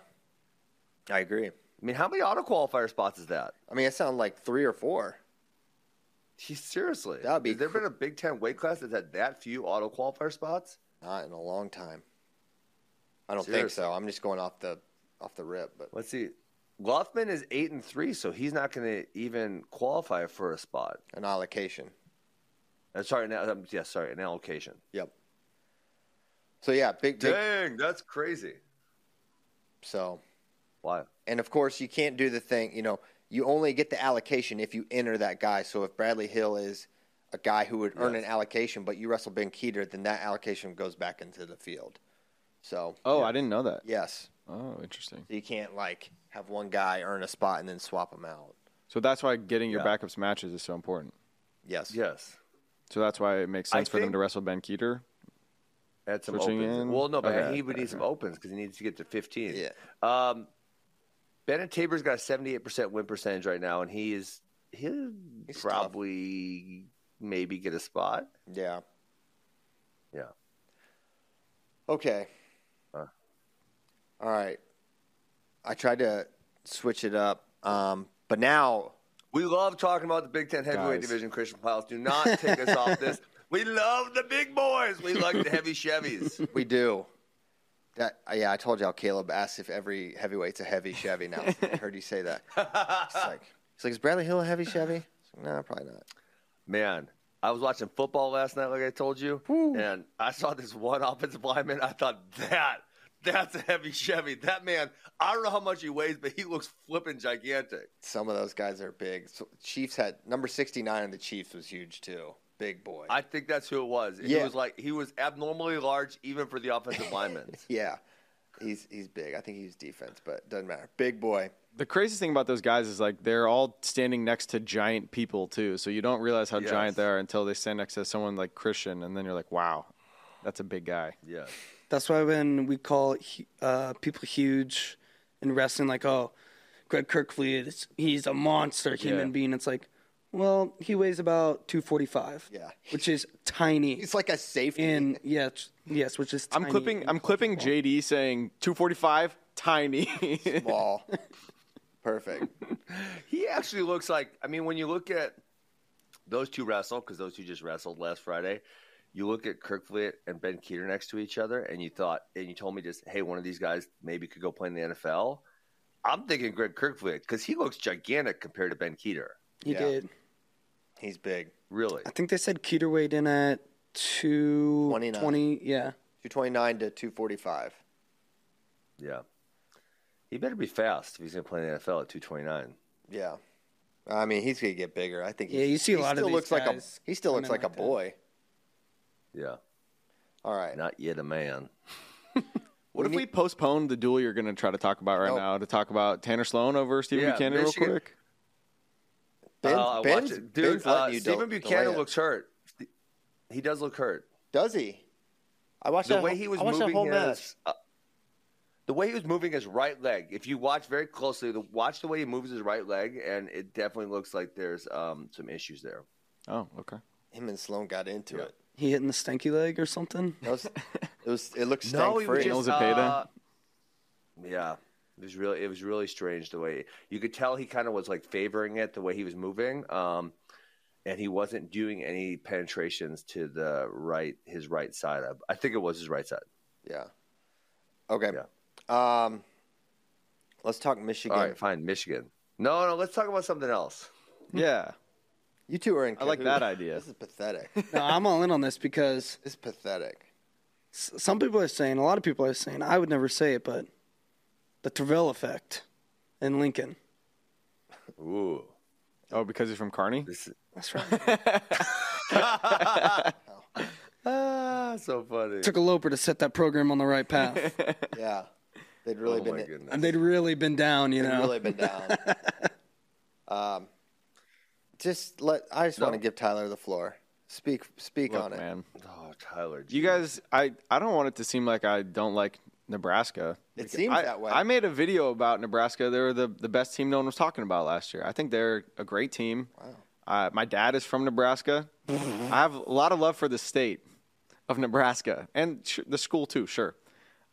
I agree.
I mean, how many auto qualifier spots is that?
I mean, it sounds like three or four.
Gee, Seriously,
That'd be
has there
cr-
been a Big Ten weight class that's had that few auto qualifier spots?
Not in a long time. I don't think
Seriously.
so. I'm just going off the off the rip, but
Let's see. Luffman is eight and three, so he's not going to even qualify for a spot.
an allocation.
Uh, sorry, now um, yeah, sorry, an allocation.
Yep. So yeah, big, big
Dang, that's crazy.
so
Why?
and of course you can't do the thing you know you only get the allocation if you enter that guy so if bradley hill is a guy who would earn
Yes.
an allocation but you wrestle ben keeter then that allocation goes back into the field so
Oh, I didn't know that.
yes
Oh, interesting.
So you can't like have one guy earn a spot and then swap him out.
So that's why getting your
Yeah.
backups matches is so important.
Yes.
Yes.
So that's why it makes
I
sense for them
think-
to wrestle Ben Keeter.
Had some
Switching
opens.
in?
Well, no, but
Okay.
he would need some opens because he needs to get to 15.
Yeah.
Um, Bennett Tabor's got a 78% win percentage right now, and he is he'll
He's tough.
probably maybe get a spot.
Yeah.
Yeah.
Okay.
Huh.
All right. I tried to switch it up, um, but now
We love talking about the Big Ten heavyweight
Guys.
division, Christian Piles. Do not take us off this. We love the big boys. We like the heavy Chevys.
we do. That, yeah, I told y'all Caleb asked if every heavyweight's a heavy Chevy now. I heard you say that. It's like, it's like, is Bradley Hill a heavy Chevy? No, probably not.
Man, I was watching football last night, like I told you, and I saw this one offensive lineman. I thought that that's a heavy Chevy. That man, I don't know how much he weighs, but he looks flipping gigantic.
Some of those guys are big. So Chiefs had number 69 of the Chiefs was huge too. Big boy.
I think that's who it was. He
Yeah.
was like he was abnormally large, even for the offensive linemen.
yeah. He's he's big. I think he's defense, but doesn't matter. Big boy.
The craziest thing about those guys is like they're all standing next to giant people too. So you don't realize how
Yes.
giant they are until they stand next to someone like Christian, and then you're like, wow, that's a big guy.
Yeah,
That's why when we call hu- uh, people huge in wrestling, like, oh, Greg Kirkfleet, it's- he's a monster human
Yeah.
being. It's like, well, he weighs about 245.
Yeah.
Which is tiny.
He's like a safety.
in, yeah, t- yes, which is
I'm
tiny
clipping.
in
I'm clipping
college
JD saying 245 tiny.
ball. Perfect.
he actually looks like. I mean, when you look at those two wrestle, because those two just wrestled last Friday. You look at Kirkfleet and Ben Keeter next to each other, and you thought, and you told me just, hey, one of these guys maybe could go play in the NFL. I'm thinking Greg Kirkfleet because he looks gigantic compared to Ben Keeter.
football. He
Yeah.
did.
He's big.
Really,
I think they said Keeter weighed in at 220.
29.
Yeah.
229 to 245.
yeah. He better be fast if he's going to play in the NFL at 229.
Yeah. I mean, he's going to get bigger. I think
Yeah,
he's-
you see a
he
lot of
still
these
looks like a
guys
he still
come
looks
in
like a
like that.
boy.
Yeah,
All right.
not yet a man.
what if we postpone the duel you're going to try to talk about right
Nope.
now to talk about Tanner Sloan over Steve
Yeah,
Buchanan
Michigan-
real quick?
Ben,
Uh, I watch
Ben's,
it.
Ben's
dude.
letting
Uh,
you del-
Stephen
delay
Buchanan
it.
looks hurt. He does look hurt.
Does he? I watched
The
that
way
whole-
he was
I watched that
moving
whole
his,
match.
uh, the way he was moving his right leg. If you watch very closely, the, watch the way he moves his right leg, and it definitely looks like there's um, some issues there.
Oh, okay.
Him and Sloan got into
Yeah.
it.
He hitting the stanky leg or something.
That was, it was. It looked stank
No, he
free.
was
Nails
just,
it,
uh,
Payton.
yeah. It was really it was really strange the way you could tell he kind of was like favoring it the way he was moving, um, and he wasn't doing any penetrations to the right his right side. I, I think it was his right side.
yeah. Okay. Um, let's talk Michigan.
All right, fine, Michigan. No, no, let's talk about something else.
Yeah.
You two are in.
I like
cahoots.
that idea.
This is pathetic.
no, I'm all in on this because
this is pathetic.
s- some people are saying, a lot of people are saying, I would never say it, but the Travell effect in Lincoln.
Ooh,
Oh, because he's from Carney.
this is
That's right.
ah, so funny.
took a Loper to set that program on the right path.
Yeah, they'd really
oh
been.
my
they'd
goodness.
and they'd really been down, you know.
really been down. um, just let. I just want to give Tyler the floor. Speak. Speak
Look,
on it.
man.
oh, Tyler,
You guys, I, I don't want it to seem like I don't like Nebraska.
It seems
I,
that way.
I made a video about Nebraska. They were the, the best team no one was talking about last year. I think they're a great team. Wow. Uh, my dad is from Nebraska. I have a lot of love for the state of Nebraska and sh- the school, too, sure.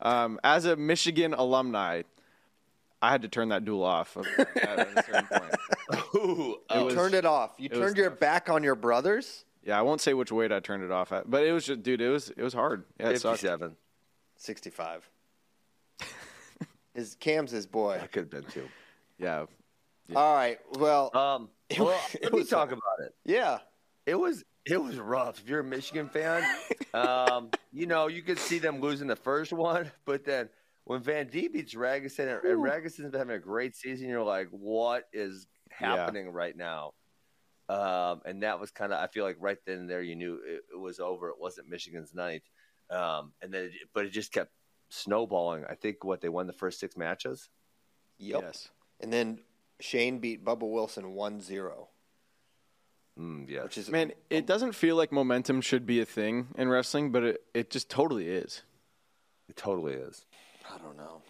Um, as a Michigan alumni, I had to turn that duel off at a certain point.
Ooh, uh,
It
you
was-
turned it off. You
was
turned your
tough.
back on your brothers.
Yeah, I won't say which weight I turned it off at, but it was just, dude, it was it was hard. Yeah, it sucked.
fifty-seven.
Sixty-five. His Cam's his boy.
That could have been two.
Yeah,
All right. Well,
Um, well,
was- it
let me
was-
talk about it.
yeah.
It was it was rough. If you're a Michigan fan, um, you know you could see them losing the first one, but then when Van D beats Ragusan and, and Raguson's been having a great season, you're like, what is
Yeah.
happening right now? Um, and that was kind of I feel like right then and there you knew it, it was over. It wasn't Michigan's night, um, and then it, but it just kept snowballing. I think what they won the first six matches.
Yep.
yes.
And then Shane beat Bubba Wilson 1-0,
Mm, yeah,
which is
Man, it doesn't feel like momentum should be a thing in wrestling, but it, it just totally is.
it totally is.
I don't know.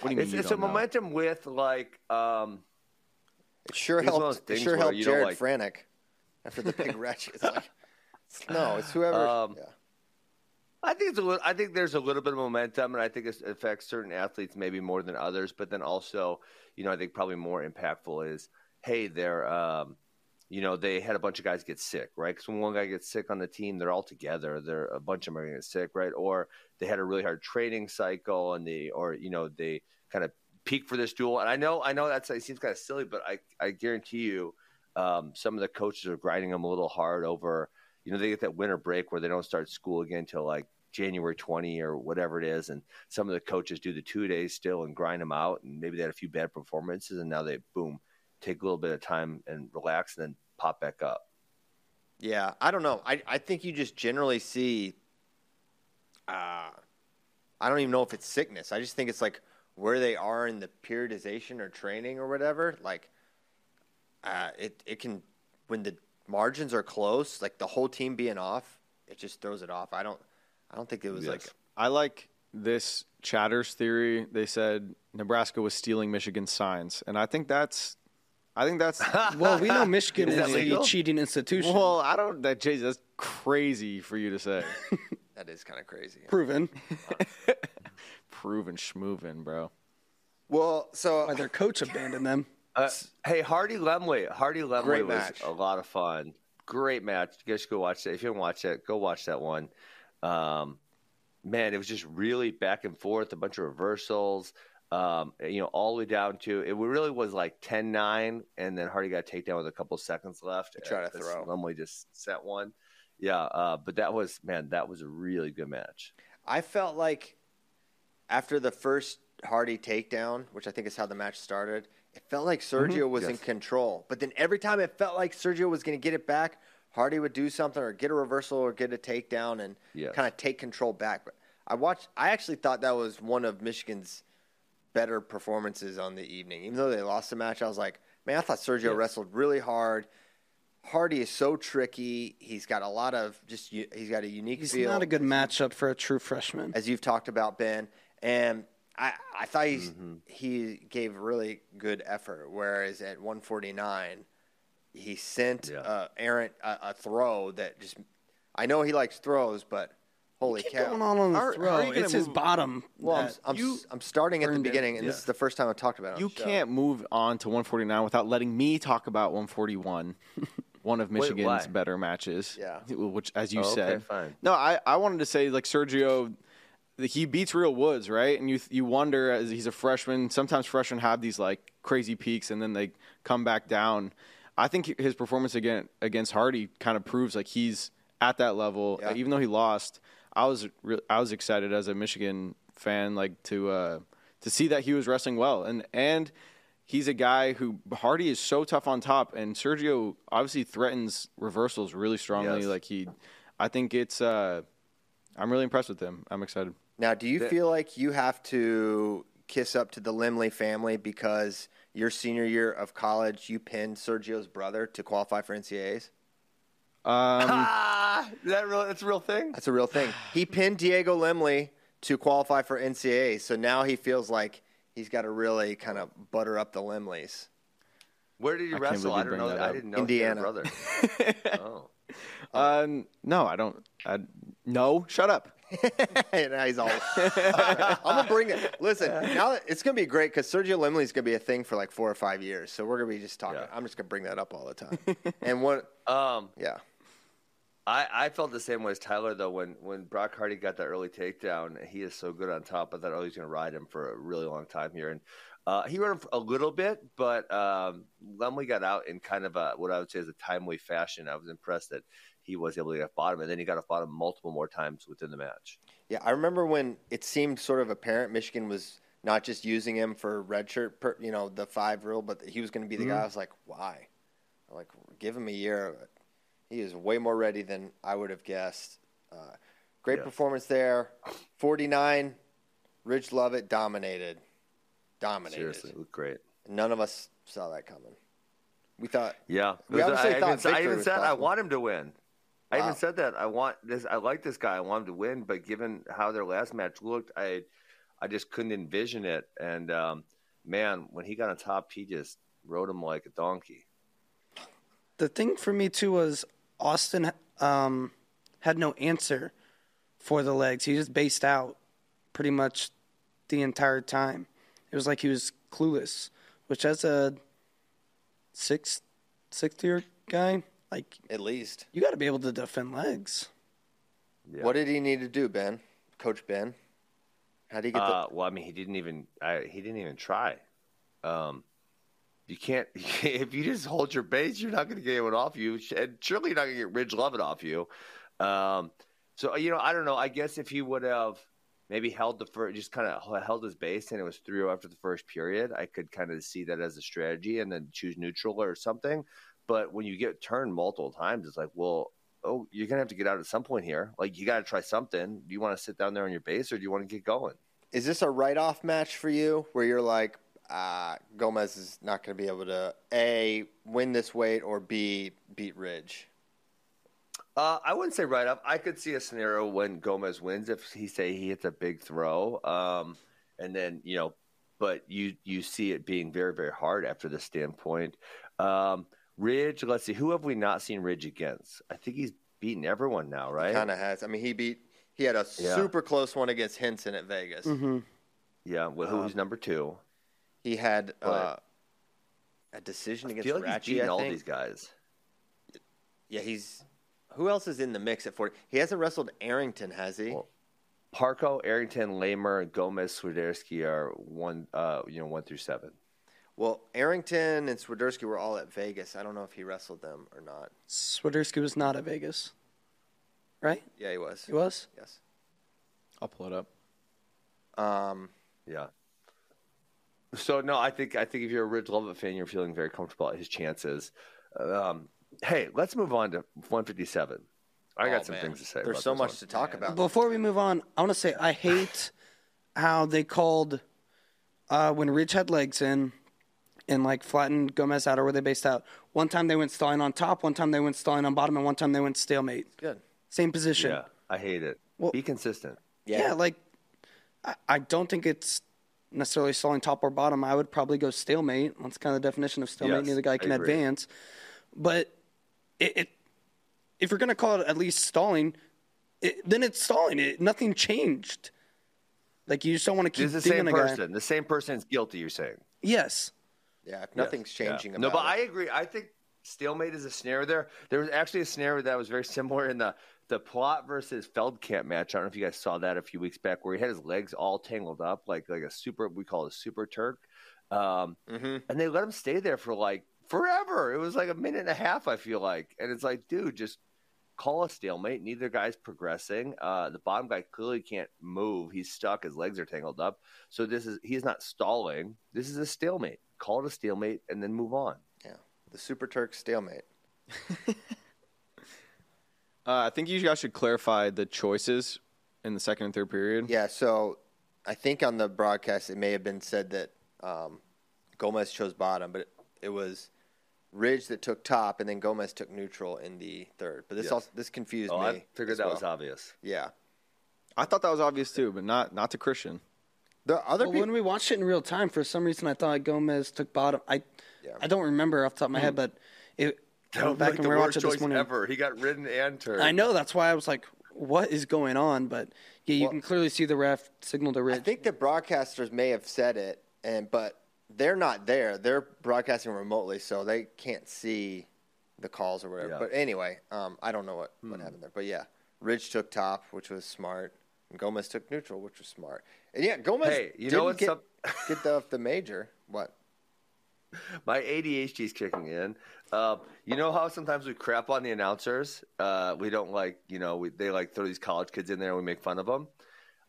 What do you mean?
It's,
you
it's a
don't know?
momentum with like um,
It sure
It's one of those
helped. It
things
sure
where
helped
you don't
Jared
like-
Franick after the big wreck. It's like, it's- no, it's whoever.
Um,
yeah.
I think it's a little. I think there's a little bit of momentum, and I think it affects certain athletes maybe more than others. But then also, you know, I think probably more impactful is, hey, they're, um, you know, they had a bunch of guys get sick, right? Because when one guy gets sick on the team, they're all together. They're a bunch of them are going to get sick, right? Or they had a really hard training cycle, and they, or you know, they kind of peak for this duel. And I know, I know that's it seems kind of silly, but I, I guarantee you, um, some of the coaches are grinding them a little hard over you know they get that winter break where they don't start school again till like January 20 or whatever it is and some of the coaches do the two days still and grind them out and maybe they had a few bad performances and now they boom take a little bit of time and relax and then pop back up
Yeah, I don't know. I I think you just generally see. Uh, I don't even know if it's sickness. I just think it's like where they are in the periodization or training or whatever. Like, uh, it it can when the margins are close, like the whole team being off, it just throws it off. I don't. I don't think it was like
Yes.
I like this Chatters theory. They said Nebraska was stealing Michigan's signs, and I think that's, I think that's.
Well, we know Michigan
Is that
is a
legal?
cheating institution.
well, I don't. That Jay, that's crazy for you to say.
that is kind of crazy.
proven
Proven schmovin', bro.
Well, so
why their coach abandoned them.
uh, hey Hardy Lemley Hardy Lemley
Great
was
match.
a lot of fun great match you guys should go watch that if you haven't watched that go watch that one um, man, it was just really back and forth, a bunch of reversals, um, you know, all the way down to it really was like 10 9, and then Hardy got a takedown with a couple seconds left.
tried to
This
throw.
Lumley just set one. Yeah, uh, but that was, man, that was a really good match.
I felt like after the first Hardy takedown, which I think is how the match started, it felt like
Mm-hmm.
Sergio was in
Yes.
control. But then every time it felt like Sergio was going to get it back, Hardy would do something or get a reversal or get a takedown and
Yes.
kind of take control back. But I watched. I actually thought that was one of Michigan's better performances on the evening. Even though they lost the match, I was like, man, I thought Sergio wrestled really hard. Hardy is so tricky. He's got a lot of just. u- He's got a unique.
He's
feel
not a good matchup for a true freshman.
as you've talked about, Ben. And I, I thought he's,
Mm-hmm.
he gave really good effort. Whereas at 149, he sent
Yeah.
uh, errant a, a throw that just. I know he likes throws, but holy
Keep
cow!
going on on the
How are- how
throw.
are you gonna
It's his
move-
bottom. Uh,
Well, I'm,
that-
I'm,
you
I'm starting at the
earned it.
beginning, and this
Yeah.
is the first time I've talked about it. on
You
the show.
can't move on to 149 without letting me talk about 141, one of Michigan's
why?
better matches.
Yeah.
which, as you
Oh, okay,
said,
fine.
no, I, I wanted to say like Sergio, he beats Real Woods, right? And you you wonder as he's a freshman. Sometimes freshmen have these like crazy peaks, and then they come back down. I think his performance again against Hardy kind of proves like he's at that level,
Yeah.
even though he lost. I was re- I was excited as a Michigan fan, like to uh, to see that he was wrestling well, and and he's a guy who Hardy is so tough on top, and Sergio obviously threatens reversals really strongly.
Yes.
Like he, I think it's uh, I'm really impressed with him. I'm excited.
Now, do you feel like you have to kiss up to the Limley family because your senior year of college, you pinned Sergio's brother to qualify for NCAAs?
Um,
Ah, is that real, that's a real thing.
That's a real thing. He pinned Diego Limley to qualify for NCAA, so now he feels like he's got to really kind of butter up the Limleys.
Where did you
I can't
wrestle?
believe
I
you
don't
bring
know.
that
I
up.
didn't know. he had a
Indiana.
brother. oh,
um, no, I don't. I, no, shut up.
and now he's all. I'm gonna bring it. Listen, now that- it's gonna be great because Sergio Limley's gonna be a thing for like four or five years. So we're gonna be just talking.
Yeah.
I'm just gonna bring that up all the time. and what?
um,
Yeah.
I, I felt the same way as Tyler though when when Brock Hardy got that early takedown. He is so good on top. I thought oh he's going to ride him for a really long time here, and uh, he ran him for a little bit, but um, Lumley got out in kind of a what I would say is a timely fashion. I was impressed that he was able to get off bottom, and then he got off bottom multiple more times within the match.
Yeah, I remember when it seemed sort of apparent Michigan was not just using him for redshirt, per, you know, the five rule, but he was going to be the
Mm-hmm.
guy. I was like, why? I'm like, give him a year. He is way more ready than I would have guessed. Uh, great
Yes.
performance there. 49, Ridge Lovett dominated. Dominated.
Seriously, it looked great.
None of us saw that coming. We thought,
Yeah,
We
It was-
obviously
I,
thought
even, said- I
victory
even
was
said I
possible.
want him to win. I
Wow.
even said that I want this. I like this guy. I want him to win. But given how their last match looked, I I just couldn't envision it. And um, man, when he got on top, he just rode him like a donkey.
The thing for me too was Austin um, had no answer for the legs. He just based out pretty much the entire time. It was like he was clueless, which as a sixth sixth year guy, like
At least.
you got to be able to defend legs.
Yeah.
What did he need to do, Ben? Coach Ben? How do you get the
Uh, well, I mean, he didn't even I, he didn't even try. Um, you can't if you just hold your base, you're not going to get anyone off you, and surely you're not going to get Ridge Lovett off you. Um, so you know, I don't know. I guess if he would have maybe held the first, just kind of held his base, and it was 3-0 after the first period, I could kind of see that as a strategy, and then choose neutral or something. But when you get turned multiple times, it's like, well, oh, you're gonna have to get out at some point here. Like you got to try something. Do you want to sit down there on your base, or do you want to get going?
is this a write off match for you where you're like, ah, Gomez is not going to be able to A, win this weight or B, beat Ridge?
Uh, I wouldn't say right up. I could see a scenario when Gomez wins if he say he hits a big throw, um, and then you know, but you you see it being very very hard after this standpoint. Um, Ridge, let's see, who have we not seen Ridge against? I think he's beaten everyone now, right?
Kind of has. I mean, he beat, he had a
Yeah. Mm-hmm.
super close one against Henson at Vegas.
Yeah. Well,
um,
who's number two?
He had uh,
But-
a decision
I
against
feel like he's
Ratchy,
beaten
I
all
think.
these guys.
Yeah, he's. Who else is in the mix at 40? He hasn't wrestled Arrington, has he?
Well, Parko, Arrington, Lamer, Gomez, Swiderski are one, uh, you know, one through seven.
Well, Arrington and Swiderski were all at Vegas. I don't know if he wrestled them or not.
Swiderski was not at Vegas, right?
Yeah, he was.
He was.
Yes.
I'll pull it up.
Um,
Yeah. So no, I think I think if you're a Ridge Lovett fan, you're feeling very comfortable at his chances. Um, hey, let's move on to 157. I got
oh,
some
man.
things to say.
There's
about
so
this
much
one.
to talk about.
Before we move on, I want to say I hate how they called uh, when Ridge had legs in and like flattened Gomez out or were they based out. One time they went stalling on top, one time they went stalling on bottom, and one time they went stalemate.
Good.
Same position.
Yeah, I hate it.
Well-
Be consistent.
Yeah, like I, I don't think it's necessarily stalling top or bottom. I would probably go stalemate. That's kind of the definition of stalemate.
Yes,
Neither guy
I
can
agree.
advance. But it, it if you're going to call it at least stalling, it, then it's stalling. It, nothing changed. Like you just don't want to keep
It's the
dinging
same
a guy.
person. The same person is guilty. You're saying.
Yes.
Yeah, if nothing's
Yeah.
changing
No,
about
but
it.
I agree. I think stalemate is a scenario there. There was actually a scenario that was very similar in the the plot versus Feldkamp match. I don't know if you guys saw that a few weeks back, where he had his legs all tangled up, like like a super we call it a super Turk, um, and they let him stay there for like forever. It was like a minute and a half. I feel like, and it's like, dude, just call a stalemate. Neither guy's progressing. Uh, the bottom guy clearly can't move. He's stuck. His legs are tangled up. So this is he's not stalling. This is a stalemate. Call it a stalemate and then move on.
Yeah, the Super Turk stalemate.
Uh, I think you guys should clarify the choices in the second and third period.
Yeah, so I think on the broadcast it may have been said that um, Gomez chose bottom, but it, it was Ridge that took top, and then Gomez took neutral in the third. But this
Yes.
also this confused
Oh,
me.
I figured
as
that
well.
was obvious.
Yeah,
I thought that was obvious too, but not not to Christian.
the other
Well,
people.
when we watched it in real time, for some reason I thought Gomez took bottom. I
Yeah.
I don't remember off the top of my
Mm.
head, but it I went back and we watched it this morning.
ever. He got ridden and turned.
I know that's why I was like, "What is going on?" But yeah, you can clearly see the ref signal to
I
Ridge.
think the broadcasters may have said it, and but they're not there. They're broadcasting remotely, so they can't see the calls or whatever.
Yeah. Hmm.
But anyway, um, I don't know what, what happened there. But yeah, Ridge took top, which was smart. And Gomez took neutral, which was smart. And yeah, Gomez
Hey, you
didn't
know what's
get,
up-
get the, the major. What?
My ADHD is kicking in. Uh, you know how sometimes we crap on the announcers? Uh, we don't like, you know, we, they like throw these college kids in there and we make fun of them.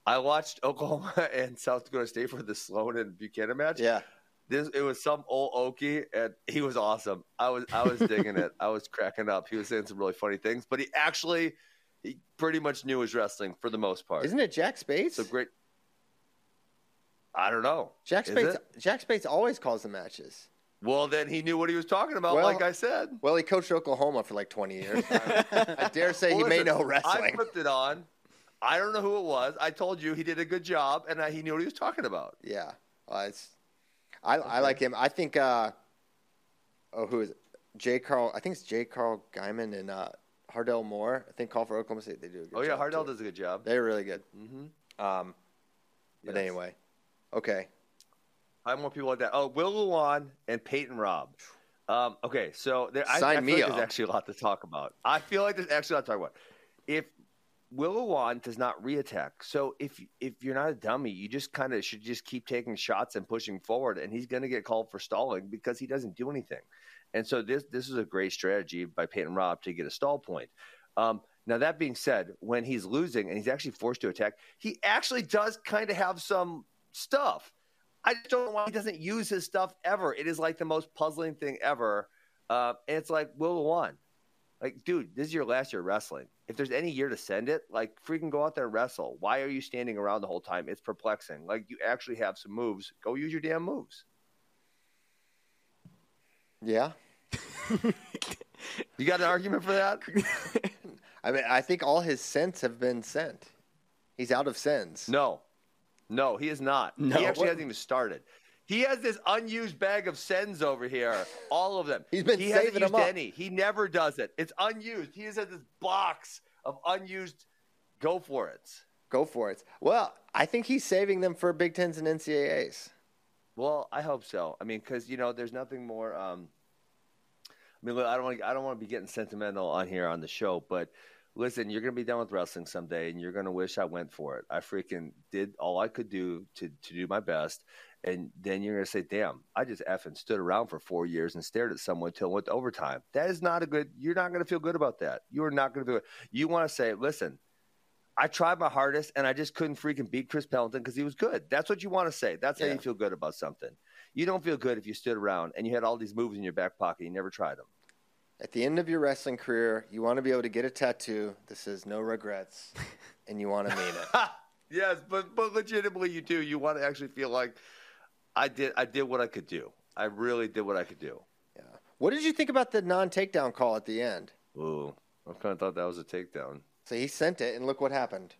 I watched Oklahoma and South Dakota State for the Sloan and Buchanan match.
Yeah.
This it was some old Okie, and he was awesome. I was I was digging it. I was cracking up. He was saying some really funny things, but he actually he pretty much knew his wrestling for the most part.
Isn't it Jack Spates?
so great? I don't know.
Jack
Is
Spates,
it?
Jack Spates always calls the matches.
Well, then he knew what he was talking about,
Well,
like I said.
Well, he coached Oklahoma for like 20 years. I dare say he
Well,
may
listen,
know wrestling.
I flipped it on. I don't know who it was. I told you he did a good job, and I, he knew what he was talking about.
Yeah, uh, it's. I, I like him. I think. Uh, oh, who is it? J. Carl? I think it's J. Carl Guyman and uh, Hardell Moore. I think call for Oklahoma State. They do. A good
Oh yeah,
job,
Hardell
too.
does a good job.
They're really good.
Mm-hmm.
Um, but
Yes.
anyway, okay.
I have more people like that. Oh, Will Luan and Peyton Robb. Um, okay, so there, I,
Sign
I feel
me
like
up.
there's actually a lot to talk about. I feel like there's actually a lot to talk about. If Will Luan does not reattack, so if if you're not a dummy, you just kind of should just keep taking shots and pushing forward, and he's going to get called for stalling because he doesn't do anything. And so this this is a great strategy by Peyton Robb to get a stall point. Um, now that being said, when he's losing and he's actually forced to attack, he actually does kind of have some stuff. I just don't know why he doesn't use his stuff ever. It is like the most puzzling thing ever. Uh, and it's like Will One, like dude, this is your last year wrestling. If there's any year to send it, like freaking go out there and wrestle. Why are you standing around the whole time? It's perplexing. Like you actually have some moves. Go use your damn moves.
Yeah.
You got an argument for that?
I mean, I think all his sins have been sent. He's out of sins.
No, no, he is not.
No.
He actually hasn't even started. He has this unused bag of sends over here, all of them.
He's been
he hasn't
saving
used
them up.
any. He never does it. It's unused. He just has this box of unused. Go for it.
Go for it. Well, I think he's saving them for Big Tens and NCAAs.
Well, I hope so. I mean, because you know, there's nothing more. Um, I mean, look, I don't want. I don't want to be getting sentimental on here on the show, but listen, you're gonna be done with wrestling someday, and you're gonna wish I went for it. I freaking did all I could do to to do my best, and then you're gonna say, "Damn, I just effing stood around for four years and stared at someone till it went to overtime." That is not a good. You're not gonna feel good about that. You are not gonna do it. You want to say, "Listen." I tried my hardest and I just couldn't freaking beat Chris Pendleton because he was good. That's what you want to say. That's how
Yeah.
you feel good about something. You don't feel good if you stood around and you had all these moves in your back pocket. and You never tried them.
At the end of your wrestling career, you want to be able to get a tattoo that says no regrets, and you want to mean it.
yes, but but legitimately, you do. You want to actually feel like I did. I did what I could do. I really did what I could do.
What did you think about the non takedown call at the end?
Ooh, I kind of thought that was a takedown.
So he sent it, and look what happened.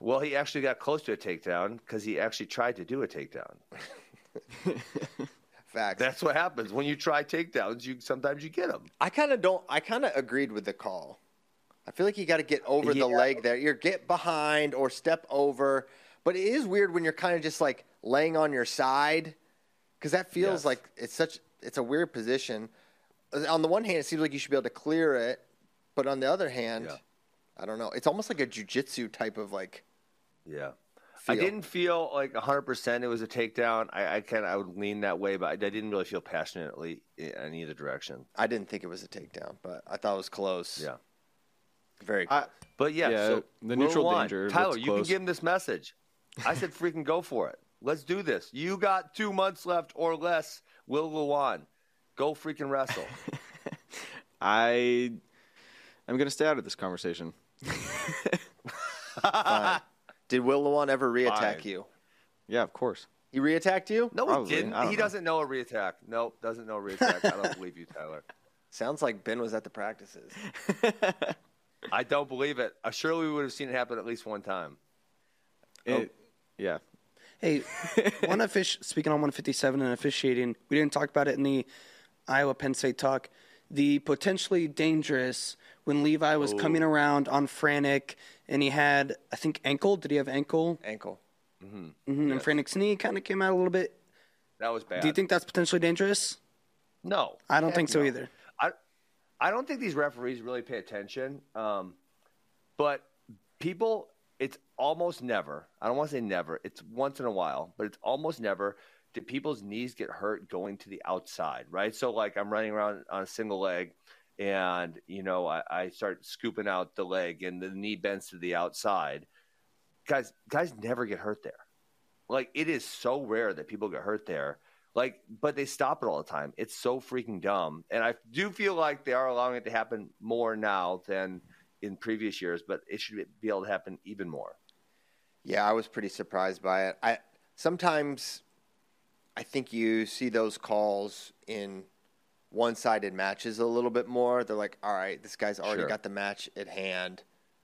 Well, he actually got close to a takedown because he actually tried to do a takedown.
Facts.
That's what happens when you try takedowns. You sometimes you get them.
I kind of don't. I kind of agreed with the call. I feel like you got to get over the
Yeah.
leg there. You're get behind or step over, but it is weird when you're kind of just like laying on your side because that feels
Yes.
like it's such it's a weird position. On the one hand, it seems like you should be able to clear it, but on the other hand,
Yeah.
I don't know. It's almost like a jujitsu type of like.
Yeah. I
feel.
didn't feel like 100% it was a takedown. I, I kind of I would lean that way, but I, I didn't really feel passionately i- in either direction.
I didn't think it was a takedown, but I thought it was close.
Yeah.
very.
I,
But yeah,
Yeah,
so
the
Will
neutral
Wan,
danger
Tyler,
looks
you can
close.
give him this message. I said, freaking go for it. Let's do this. You got two months left or less. Will Luan, go freaking wrestle.
I I'm gonna stay out of this conversation.
Fine. Did Will Lewan ever reattack
Fine.
you?
Yeah, of course.
He reattacked you?
No,
Probably.
he didn't.
I don't
He
know.
doesn't know a reattack. No, doesn't know a reattack. I don't believe you, Tyler.
Sounds like Ben was at the practices.
I don't believe it. Uh, Surely we would have seen it happen at least one time.
It- yeah.
Hey, one offic- speaking on 157 and officiating, we didn't talk about it in the Iowa Penn State talk. The potentially dangerous when Levi was
Oh.
coming around on Frantic and he had, I think, ankle. Did he have ankle?
Ankle.
hmm And Frantic's knee kind of came out a little bit.
That was bad.
Do you think that's potentially dangerous?
No,
I don't
Heck
think so
no.
either.
I, I don't think these referees really pay attention. Um, but people, it's almost never. I don't want to say never. It's once in a while, but it's almost never. Do people's knees get hurt going to the outside? Right. So like I'm running around on a single leg, and you know I, I start scooping out the leg, and the knee bends to the outside. Guys, guys never get hurt there. Like it is so rare that people get hurt there. Like, but they stop it all the time. It's so freaking dumb. And I do feel like they are allowing it to happen more now than in previous years, but it should be able to happen even more.
Yeah, I was pretty surprised by it. I sometimes I think you see those calls in one-sided matches a little bit more. They're like, "All right, this guy's already
Sure.
got the match at hand.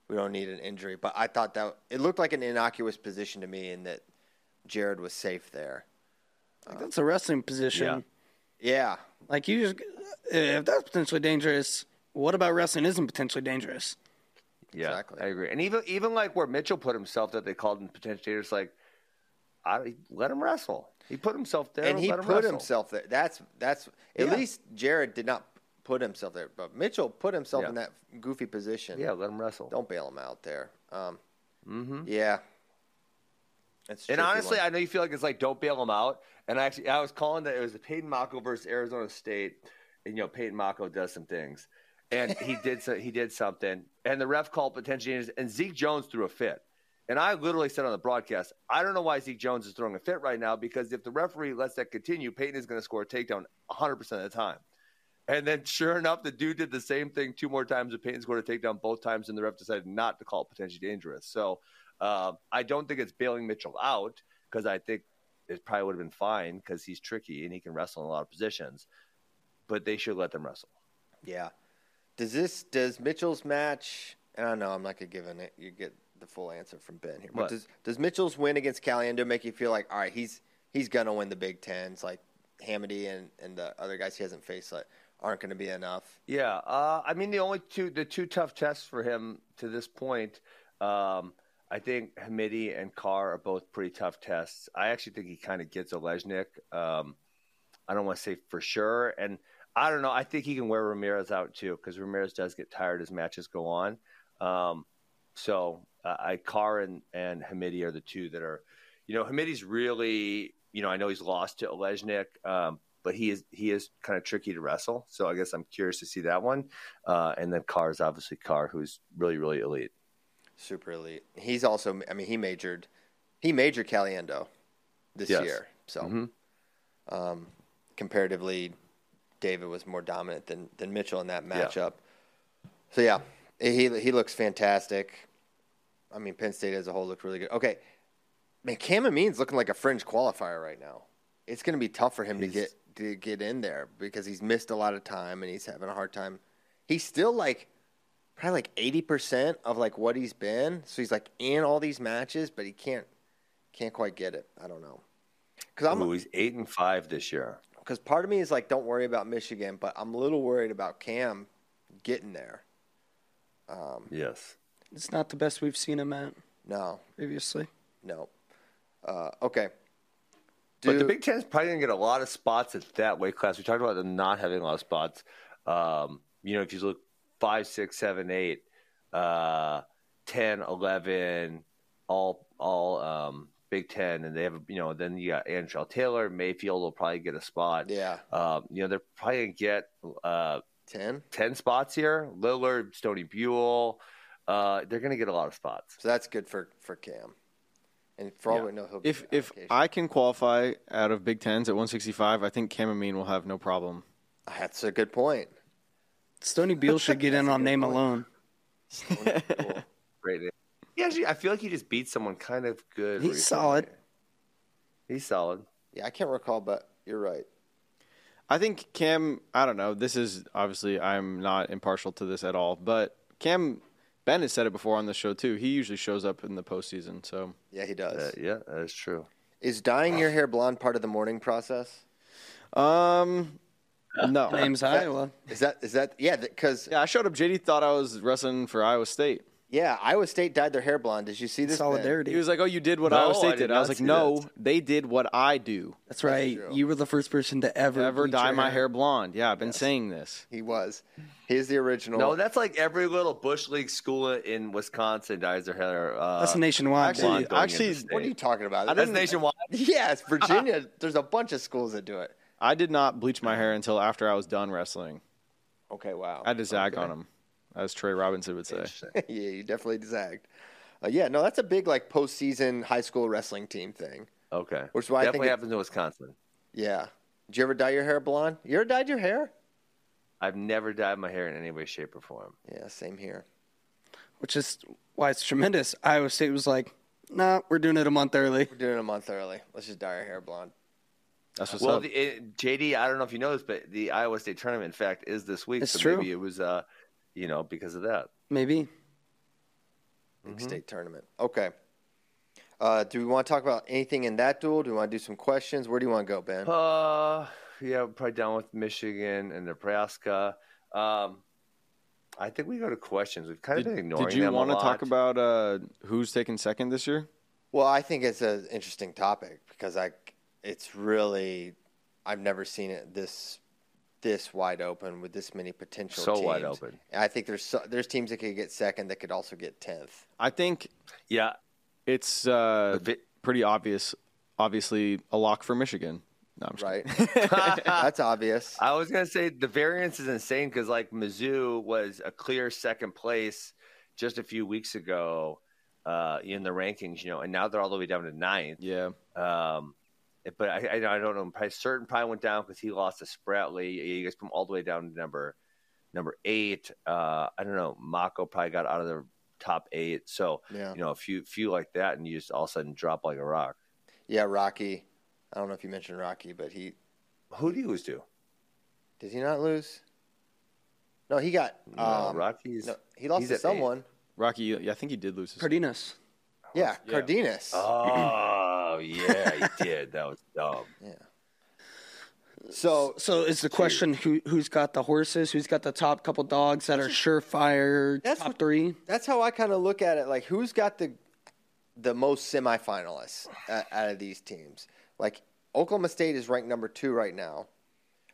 we don't need an injury. But I thought that it looked like an innocuous position to me, and that Jared was safe there.
Like, that's a wrestling position.
Yeah.
Yeah,
Like you just, if that's potentially dangerous, what about wrestling isn't potentially dangerous?
Yeah,
Exactly.
I agree. And even even like where Mitchell put himself, that they called him potentiator. It's like, I let him wrestle. He put himself there,
and he
let him
put
wrestle.
himself there. That's that's at
Yeah.
least Jared did not put himself there, but Mitchell put himself
Yeah.
in that goofy position.
Yeah, let him wrestle. Mm-hmm.
don't bail him out there. Um, Yeah, it's
And
tricky
honestly,
one.
I know you feel like it's like don't bail him out. And actually, I was calling that it was Peyton Mako versus Arizona State, and you know Peyton Mako does some things, and he did so, he did something, and the ref called potential, and Zeke Jones threw a fit, and I literally said on the broadcast, I don't know why Zeke Jones is throwing a fit right now because if the referee lets that continue, Peyton is going to score a takedown 100 percent of the time. And then, sure enough, the dude did the same thing two more times. And Peyton scored a takedown both times, and the ref decided not to call it potentially dangerous. So uh, I don't think it's bailing Mitchell out because I think it probably would have been fine because he's tricky and he can wrestle in a lot of positions. But they should let them wrestle.
yeah. Does this does Mitchell's match? I don't know. I'm not gonna give an. You get the full answer from Ben here. But
What?
does does Mitchell's win against Caliendo make you feel like all right? He's he's gonna win the Big Tens. Like Hamady and and the other guys he hasn't faced like aren't gonna be enough.
Yeah, uh, I mean the only two the two tough tests for him to this point. Um, I think Hamidi and Carr are both pretty tough tests. I actually think he kind of gets Olesnik. Um, I don't want to say for sure, and I don't know. I think he can wear Ramirez out too because Ramirez does get tired as matches go on. Um, so uh, I Carr and and Hamidi are the two that are, you know, Hamidi's really, you know, I know he's lost to Olesnik, um, but he is he is kind of tricky to wrestle. So I guess I'm curious to see that one. Uh, and then Carr is obviously Carr, who's really really elite.
Super elite. He's also. I mean, he majored. He majored Caliendo this
Yes.
year. So um, comparatively, David was more dominant than than Mitchell in that matchup. So yeah, he he looks fantastic. I mean, Penn State as a whole looked really good. Okay, man, Cam Amin's looking like a fringe qualifier right now. It's going to be tough for him to get to get in there because he's missed a lot of time and he's having a hard time. He's still like probably like eighty percent of like what he's been. So he's like in all these matches, but he can't can't quite get it. I don't know. Because I'm
Ooh, he's eight and five this year.
because part of me is like, don't worry about Michigan, but I'm a little worried about Cam getting there.
Yes.
It's not the best we've seen him at
No,
previously.
no. Uh, okay.
But the
Dude-
Big Ten is probably going to get a lot of spots at that weight class. We talked about them not having a lot of spots. Um, you know, if you look five, six, seven, eight, uh, 10, 11, all, all um, Big Ten, and they have, you know, then you got Andrew Taylor, Mayfield will probably get a spot.
Yeah.
Um, you know, they're probably going to get uh,
10.
10 spots here. Lillard, Stony Buell. Uh, they're going to get a lot of spots.
So that's good for, for Cam. And for all we know, he'll be
If
on
if
vacation.
I can qualify out of Big Tens at 165, I think Cam Amin will have no problem.
Ah, That's a good point.
Stony Beal should get in on name alone.
Cool.
Great. He actually, I feel like he just beat someone kind of good.
He's
recently.
solid.
He's solid.
yeah, I can't recall, but you're right.
I think Cam. I don't know. This is obviously I'm not impartial to this at all, but Cam Ben has said it before on the show too. He usually shows up in the postseason. So
Yeah, he does.
Uh, yeah, that is true.
Is dyeing your hair blonde part of the mourning process?
um, no.
Name's Iowa.
Is that, is that, yeah, because, yeah.
Yeah, I showed up. JD thought I was wrestling for Iowa State.
Iowa State dyed their hair blonde. Did you see this? Ben?
Solidarity.
He was like, "Oh, you did what
No,
Iowa State
I
did."
did
I
not
was like,
see
"No,
that.
they did what I do.
That's right.
true.
you were the first person to ever
Ever
bleach
dye
your
my hair blonde." Yeah, I've been saying this.
He was. He's the original.
No, that's like every little bush league school in Wisconsin dyes their hair. Uh,
That's nationwide.
Actually,
dude.
going
actually,
into state.
What are you talking about?
that's nationwide.
Yes, Virginia. there's a bunch of schools that do it.
I did not bleach my hair until after I was done wrestling.
Okay, wow.
I had to zag on him, as Trey Robinson would say.
yeah, you definitely zagged. Uh, yeah, no, that's a big like postseason high school wrestling team thing.
Okay,
Which is why I think
definitely
it-
happens in Wisconsin.
Yeah. Did you ever dye your hair blonde? You ever dyed your hair?
I've never dyed my hair in any way, shape, or form.
Yeah, same here.
which is why it's tremendous. Iowa State was like, nah, we're doing it a month early.
We're doing it a month early. Let's just dye our hair blonde.
That's what's
well,
up.
the, it, JD, I don't know if you know this, but the Iowa State tournament, in fact, is this week.
It's
so
true.
maybe it was, uh, you know, because of that.
Maybe.
League
Mm-hmm.
State tournament. Okay. Uh, do we want to talk about anything in that duel? Do we want to do some questions? Where do you want to go, Ben?
Uh, yeah, we're probably down with Michigan and Nebraska. Um, I think we go to questions. We've kind of been
Did,
ignoring
did you
them a
want to
lot.
talk about uh, who's taking second this year?
Well, I think it's an interesting topic because I, it's really, I've never seen it this, this wide open with this many potential.
So
teams.
wide open.
And I think there's so, there's teams that could get second that could also get tenth.
I think
Yeah,
it's uh,
vi-
pretty obvious. Obviously, a lock for Michigan. No, I'm just
Right. That's obvious.
I was gonna say the variance is insane because like Mizzou was a clear second place just a few weeks ago uh, in the rankings, you know, and now they're all the way down to ninth.
kidding. Yeah.
Um, it- but I, I, don't- I don't know. Probably certain probably went down because he lost to Spratley. You guys put him all the way down to number number eight. Uh, I don't know. Mako probably got out of the top eight. So
Yeah.
you know, a few few like that, and you just all of a sudden drop like a rock.
Yeah, Rocky. I don't know if you mentioned Rocky, but he
Who do you lose to?
did he not lose? No, he got.
No,
um,
Rockies.
no, he lost
he's
to
at eight.
someone.
Rocky, I think he did lose. His
Cardenas.
Yeah,
Yeah.
Cardenas.
Uh-huh. Oh yeah, he did. That was dumb.
So
So is the question who who's got the horses? Who's got the top couple dogs that are surefire
That's
top
what-
three?
that's how I kind of look at it. Like, who's got the the most semifinalists uh, out of these teams? Like, Oklahoma State is ranked number two right now,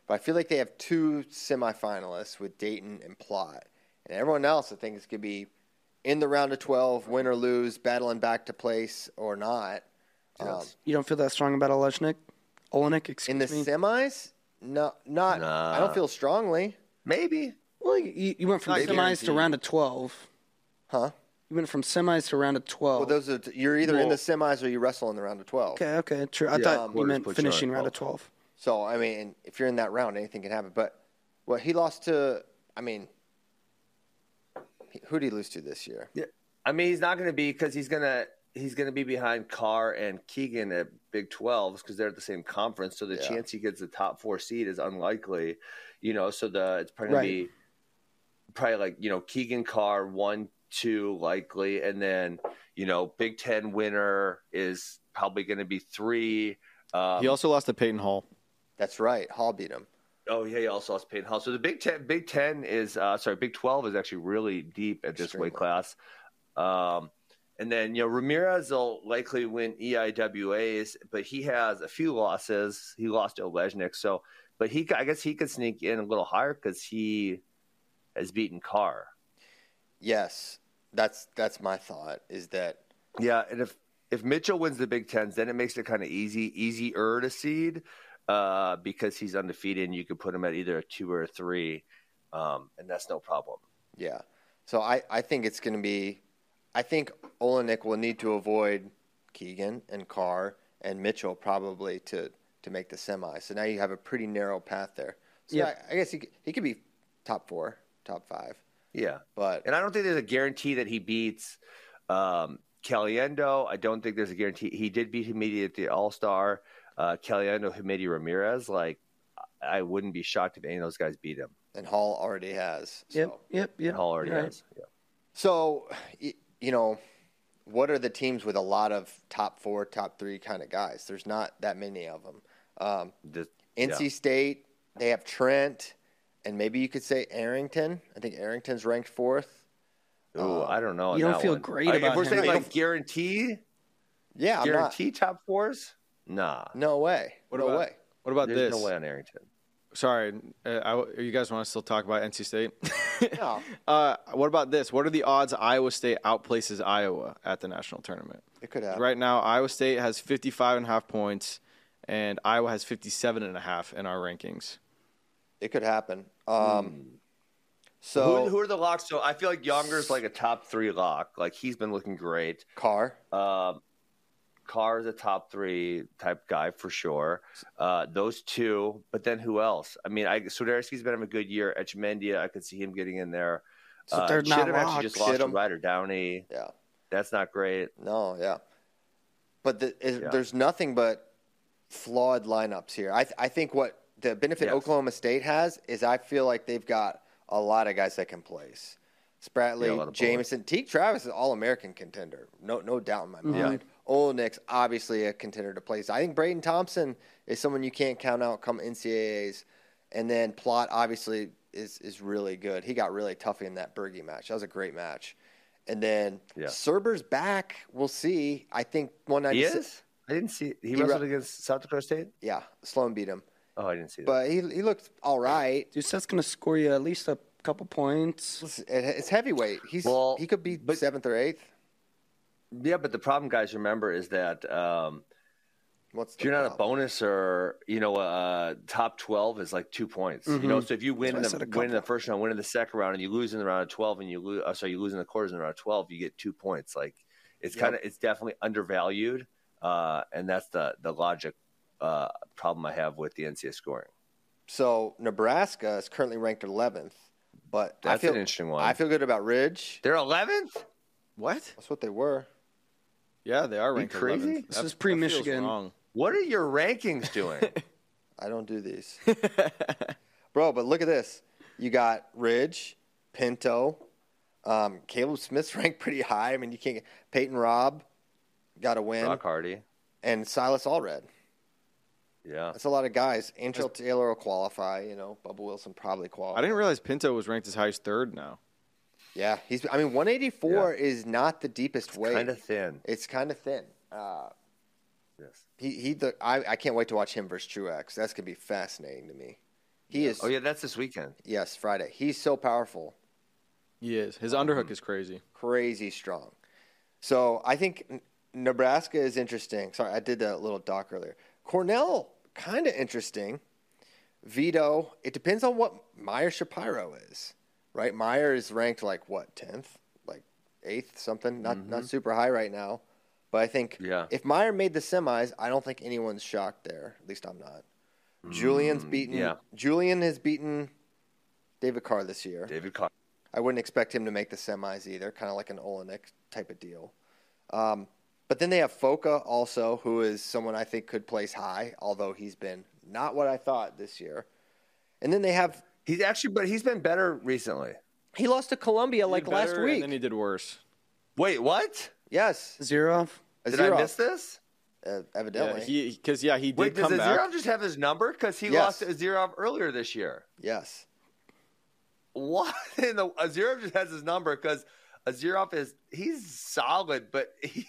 but I feel like they have two semifinalists with Dayton and Plot, and everyone else I think is going to be in the round of twelve, win or lose, battling back to place or not. Um,
You don't feel that strong about Olechnik? Olenek, excuse
in the
me.
semis, no, not. I don't
Nah.
feel strongly,
Maybe.
well, you, you went from semis to round of twelve.
huh?
You went from semis to round of twelve.
Well, those are t- you're either in the semis or you wrestle in the round of twelve.
okay, okay, true. I thought you
quarters
meant
puts you on
finishing round of
12.
oh,
twelve.
So I mean, if you're in that round, anything can happen. But well, he lost to. I mean, who did he lose to this year?
Yeah. I mean, he's not going to be because he's going to he's going to be behind Carr and Keegan at Big 12s because they're at the same conference. So the
Yeah.
chance he gets the top four seed is unlikely. You know, so the it's probably going to be probably like you know Keegan Carr one two likely, and then you know Big Ten winner is probably going to be three. Um,
He also lost to Peyton Hall.
That's right. Hall beat him.
Oh yeah, he also lost Peyton Hall. So the Big Ten, Big Ten is uh, sorry, Big Twelve is actually really deep at this weight
Extremely.
class. Um, and then you know Ramirez will likely win E EIWAs, but he has a few losses. He lost to Olejnik, so but he I guess he could sneak in a little higher because he has beaten Carr.
Yes, that's that's my thought. Is that
Yeah, and if if Mitchell wins the Big Tens, then it makes it kind of easy, easier to seed uh, because he's undefeated, and you could put him at either a two or a three, um, and that's no problem.
yeah? So I I think it's going to be. I think Olenek will need to avoid Keegan and Carr and Mitchell probably to to make the semis. So now you have a pretty narrow path there. So
Yeah.
I, I guess he could- he could be top four, top five,
Yeah,
but
and I don't think there's a guarantee that he beats um, Caliendo. I don't think there's a guarantee he did beat Hamidi at the All Star. Uh, Caliendo, Hamidi, Ramirez. Like, I- I wouldn't be shocked if any of those guys beat him.
and Hall already has. So.
Yep, yep, yep.
And Hall already
You're right.
has. Yeah.
So, y- you know, what are the teams with a lot of top four, top three kind of guys? There's not that many of them. Um,
Just-
NC
yeah.
State, they have Trent, and maybe you could say Arrington. I think Arrington's ranked fourth.
Ooh, I don't know. on
You don't
that
feel
one.
great
Like,
about
if we're
him.
saying
No, you
like guarantee,
Yeah, I'm not.
guarantee top fours. Nah,
No way.
What
no
about-
way.
What about
there's
this?
no way on Arrington.
Sorry, uh, I, you guys want to still talk about NC State?
No.
Uh, what about this? What are the odds Iowa State outplaces Iowa at the national tournament?
It could happen.
Right now, Iowa State has 55 and a half points, and Iowa has 57 and a half in our rankings.
It could happen. Um, so,
who, who are the locks? So I feel like Younger's like a top three lock. Like he's been looking great.
Carr,
Um, Carr is a top three type guy for sure. Uh, those two, but then who else? I mean, I Sudarski's been having a good year. Etchemendia, I could see him getting in there. Uh,
So they're not
Chittum actually just
locks.
lost to
Chittum.
Ryder Downey.
yeah.
That's not great.
No, yeah. But the, is,
Yeah.
there's nothing but flawed lineups here. I, th- I think what the benefit
Yes.
Oklahoma State has is I feel like they've got a lot of guys that can place.
Yeah, a
Spratley,
lot of
Jameson, Teague Travis is all American contender. No, no doubt in my
Mm-hmm.
mind. Ole Nick's obviously a contender to place. I think Braden Thompson is someone you can't count out come NCAAs. And then Plot obviously is is really good. He got really tough in that Bergie match. That was a great match. And then
Yeah.
Serber's back. We'll see. I think one
He
ninety six.
is. I didn't see. He,
re-
wrestled against South Dakota State.
Yeah, Sloan beat him,
Oh, I didn't see that.
but he he looked all right.
Dude, Seth's gonna score you at least a couple points.
Listen, it- It's heavyweight. He's
Well,
he could be
but-
seventh or eighth.
yeah, but the problem, guys, remember is that um,
What's
if you're
the
not a
problem?
bonus or you know uh, top twelve is like two points. You
Mm-hmm.
know, so if you win in
That's why I
the
said a
win in the first round, win in the second round, and you lose in the round of twelve, and you lose, uh, sorry, you lose in the quarters in the round of twelve, you get two points. Like it's
Yep.
kind of it's definitely undervalued, uh, and that's the the logic uh, problem I have with the NCAA scoring.
So Nebraska is currently ranked eleventh, but I
That's
feel
an interesting one.
I feel good about Ridge.
They're eleventh.
What?
That's what they were.
Yeah, they are
You
ranked
crazy?
11th.
This
That-
is
that
pre-Michigan.
feels wrong.
What are your rankings doing?
I don't do these, bro. But look at this. You got Ridge, Pinto, um, Caleb Smith's ranked pretty high. I mean, you can't get Peyton Robb got a win,
Rock Hardy.
and Silas Allred.
Yeah.
That's a lot of guys. Angel Taylor will qualify. You know, Bubba Wilson probably qualifies.
I didn't realize Pinto was ranked as high as third now.
Yeah, he's. I mean, 184 is not the deepest weight.
Kind of thin.
It's kind of thin. Uh,
Yes.
he he. The, I I can't wait to watch him versus Truex. That's gonna be fascinating to me. He is.
Oh yeah, that's this weekend.
Yes, Friday. He's so powerful,
He is. His underhook is crazy.
crazy strong. So I think N- Nebraska is interesting. Sorry, I did a little doc earlier. Cornell kind of interesting. Vito. It depends on what Meyer Shapiro is, right? Meyer is ranked like what tenth, like eighth, something. Not not super high right now, but I think
Mm-hmm. Yeah.
if Meyer made the semis, I don't think anyone's shocked there. At least I'm not. Julian's beaten.
Mm, yeah.
Julian has beaten David Carr this year.
David Carr.
I wouldn't expect him to make the semis either. Kind of like an Olenek type of deal. Um, but then they have Foca also, who is someone I think could place high, although he's been not what I thought this year. And then they have
He's actually, but he's been better recently.
He lost to Columbia like
Did
last
better,
week.
And then he did worse.
Wait, what?
yes,
Zero.
Did
Azirov,
I miss this?
uh,
Yeah,
evidently.
he because yeah, he did
Wait, does
come back.
Azirov just have his number? Because he
Yes.
lost to Azirov earlier this year.
yes,
What in the Azirov just has his number because Azirov is he's solid, but he,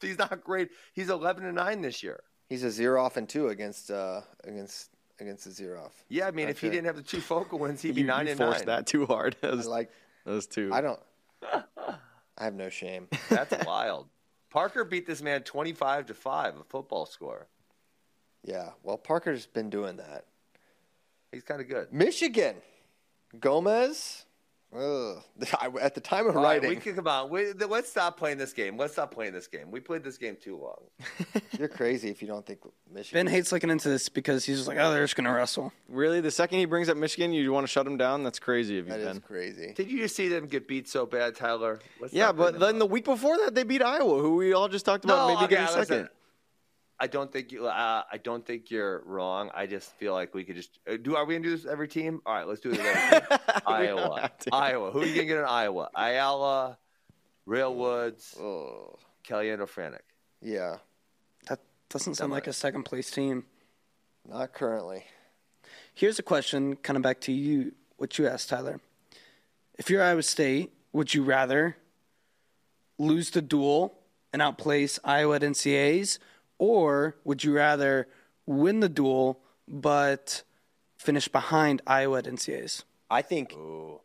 he's not great. He's eleven and nine this year.
he's a zero off and two against uh, against against a zero off.
Yeah, I mean, if he
Okay.
didn't have the two focal wins, he'd be
you,
nine
you
and
forced
nine.
that too hard. That was,
Like
that was too.
I don't. I have no shame.
That's wild. Parker beat this man twenty-five to five, a football score.
Yeah. Well, Parker's been doing that.
He's kind of good.
Michigan, Gomez. Ugh. I, at the time of
All right,
writing,
we can come on. We, th- let's stop playing this game. Let's stop playing this game. We played this game too long.
you're crazy if you don't think
Ben
Michigan.
hates looking into this because he's just like, oh, they're just gonna wrestle.
Really, the second he brings up Michigan, you want to shut him down? That's crazy of you,
that is
Ben.
crazy.
Did you just see them get beat so bad, Tyler? Let's
Yeah,
stop
but
bringing
then
them
the
up.
week before that, they beat Iowa, who we all just talked
no,
about maybe
okay,
getting
listen.
second.
I don't think you. Uh, I don't think you're wrong. I just feel like we could just uh, do. Are we gonna do this with every team? All right, let's do it. With every team.
don't
Iowa,
have to.
Iowa. Who are you gonna get in Iowa? Ayala, Real Woods,
Oh,
Kellyanne O'Franick.
yeah.
That doesn't sound like a second place team.
Not currently.
Here's a question, kind of back to you, what you asked, Tyler. If you're Iowa State, would you rather lose the duel and outplace Iowa at NCAs, or would you rather win the duel but finish behind Iowa at NCAs?
I think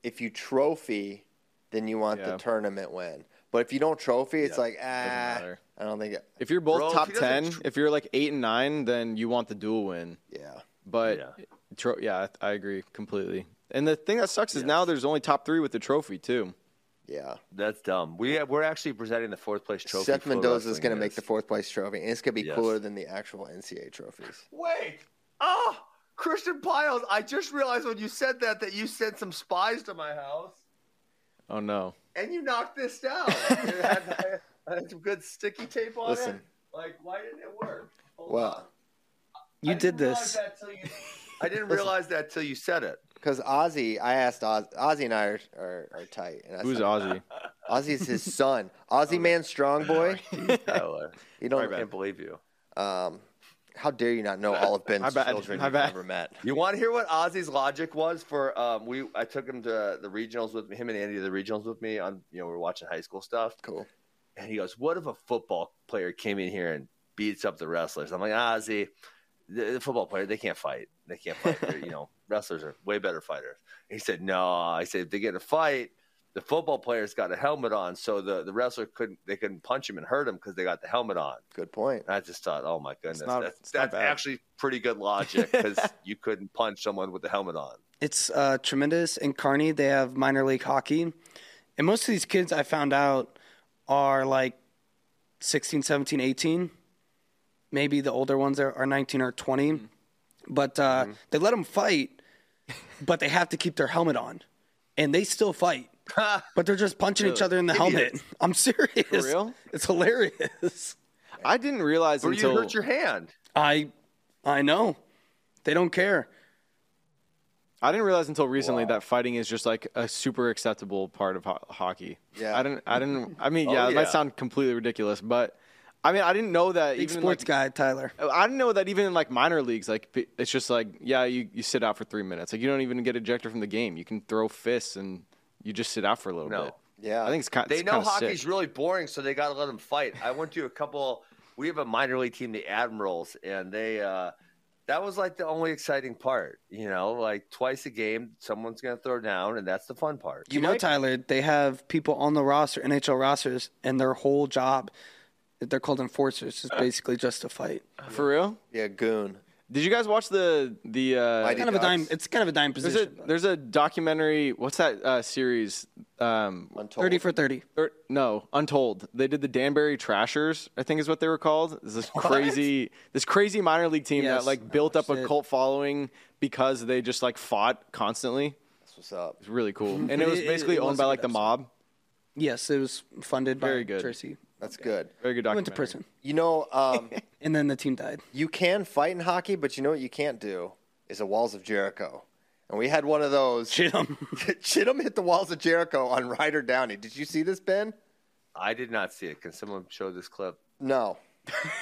if you trophy, then you want the
Yeah.
tournament win. But if you don't trophy, it's like ah,
matter.
I don't think it.
If you're both
Bro, if
top
he doesn't
ten,
tr-
if you're like eight and nine, then you want the dual win.
Yeah,
But
Yeah.
tro- yeah I I agree completely. And the thing that sucks is now there's only top three with the trophy too.
yeah.
That's dumb. We have, we're actually presenting the fourth place trophy.
Seth
for the
Mendoza is
wrestling
going to make
guys.
the fourth place trophy, and it's going to be
Yes.
cooler than the actual NCAA trophies.
Wait. Oh, Christian Piles. I just realized when you said that that you sent some spies to my house
Oh no,
and you knocked this down. it had, I had some good sticky tape on
Listen.
it. Like, why didn't it work? Hold
Well,
on.
You
I
did
didn't realize
this.
that till you- I didn't realize that till you said it.
Because Ozzy, I asked Oz, Ozzy and I are, are, are tight. And I
Who's Oh,
said,
Ozzy?
Ozzy's his son. Ozzy Man Strong Boy.
Jeez, Tyler.
You
I
don't.
can't believe you.
Um, how dare you not know all of Ben's
I bet-
children
I
you've
bet.
ever met?
You want to hear what Ozzy's logic was for? Um, we I took him to the regionals with me, him and Andy to the regionals with me. On you know we're watching high school stuff,
Cool.
and he goes, "What if a football player came in here and beats up the wrestlers?" I'm like, Ozzy, the, the football player they can't fight. They can't fight. They're, you know, wrestlers are way better fighters. He said, "No." I said, "If they get in a fight, the football player's got a helmet on, so the the wrestler couldn't they couldn't punch him and hurt him because they got the helmet on."
Good point.
And I just thought, oh my goodness,
not-
that's,
it's not
that's
bad.
actually pretty good logic because you couldn't punch someone with the helmet on.
It's uh, tremendous. In Kearney, they have minor league hockey. And most of these kids I found out are like 16, 17, 18. Maybe the older ones are, are 19 or 20.
Mm-hmm.
But uh, they let them fight, but they have to keep their helmet on. And they still fight. but they're just punching each other in the helmet. I'm serious. For
real?
It's hilarious.
I didn't realize
Or you
until
hurt your hand.
I I know. They don't care.
I didn't realize until recently that fighting is just like a super acceptable part of ho- hockey.
Yeah.
I didn't. I didn't. I mean, yeah, it
Oh, yeah.
might sound completely ridiculous, but I mean, I didn't know that
Big
even
sports
like,
guy, Tyler.
I didn't know that even in like minor leagues, like p- it's just like yeah, you, you sit out for three minutes. Like you don't even get ejected from the game. You can throw fists and you just sit out for a little
No.
bit.
Yeah.
I think it's kind.
They
it's
know
kinda
hockey's
sick.
really boring, so they got to let them fight. I went to a couple. We have a minor league team, the Admirals, and they. Uh, that was like the only exciting part, you know. Like twice a game, someone's gonna throw down, and that's the fun part.
You know, Tyler, they have people on the roster, NHL rosters, and their whole job, they're called enforcers, is
Uh,
basically just to fight.
for real.
Yeah, goon.
Did you guys watch the the? Uh,
Mighty
Kind of a
Ducks.
dime. It's kind of a dime
there's a
position.
there's a documentary. What's that uh, series? Um,
Untold.
Thirty for thirty.
or, no, Untold. They did the Danbury Trashers, I think is what they were called. This is crazy, this crazy minor league team
Yes,
that like
I
built up a
watched it.
cult following because they just like fought constantly.
That's what's up.
It's really cool, and it was
It- it-
basically
it was
owned by
a
like
good
the mob.
Yes, it was funded by
Very good.
Jersey.
That's good.
Very good
I
documentary.
went to prison,
You know, um,
and then the team died.
you can fight in hockey, but you know what you can't do is the walls of Jericho. And we had one of those.
Shit 'em.
Chittum hit the walls of Jericho on Ryder Downey. Did you see this, Ben?
I did not see it. Can someone show this clip?
No.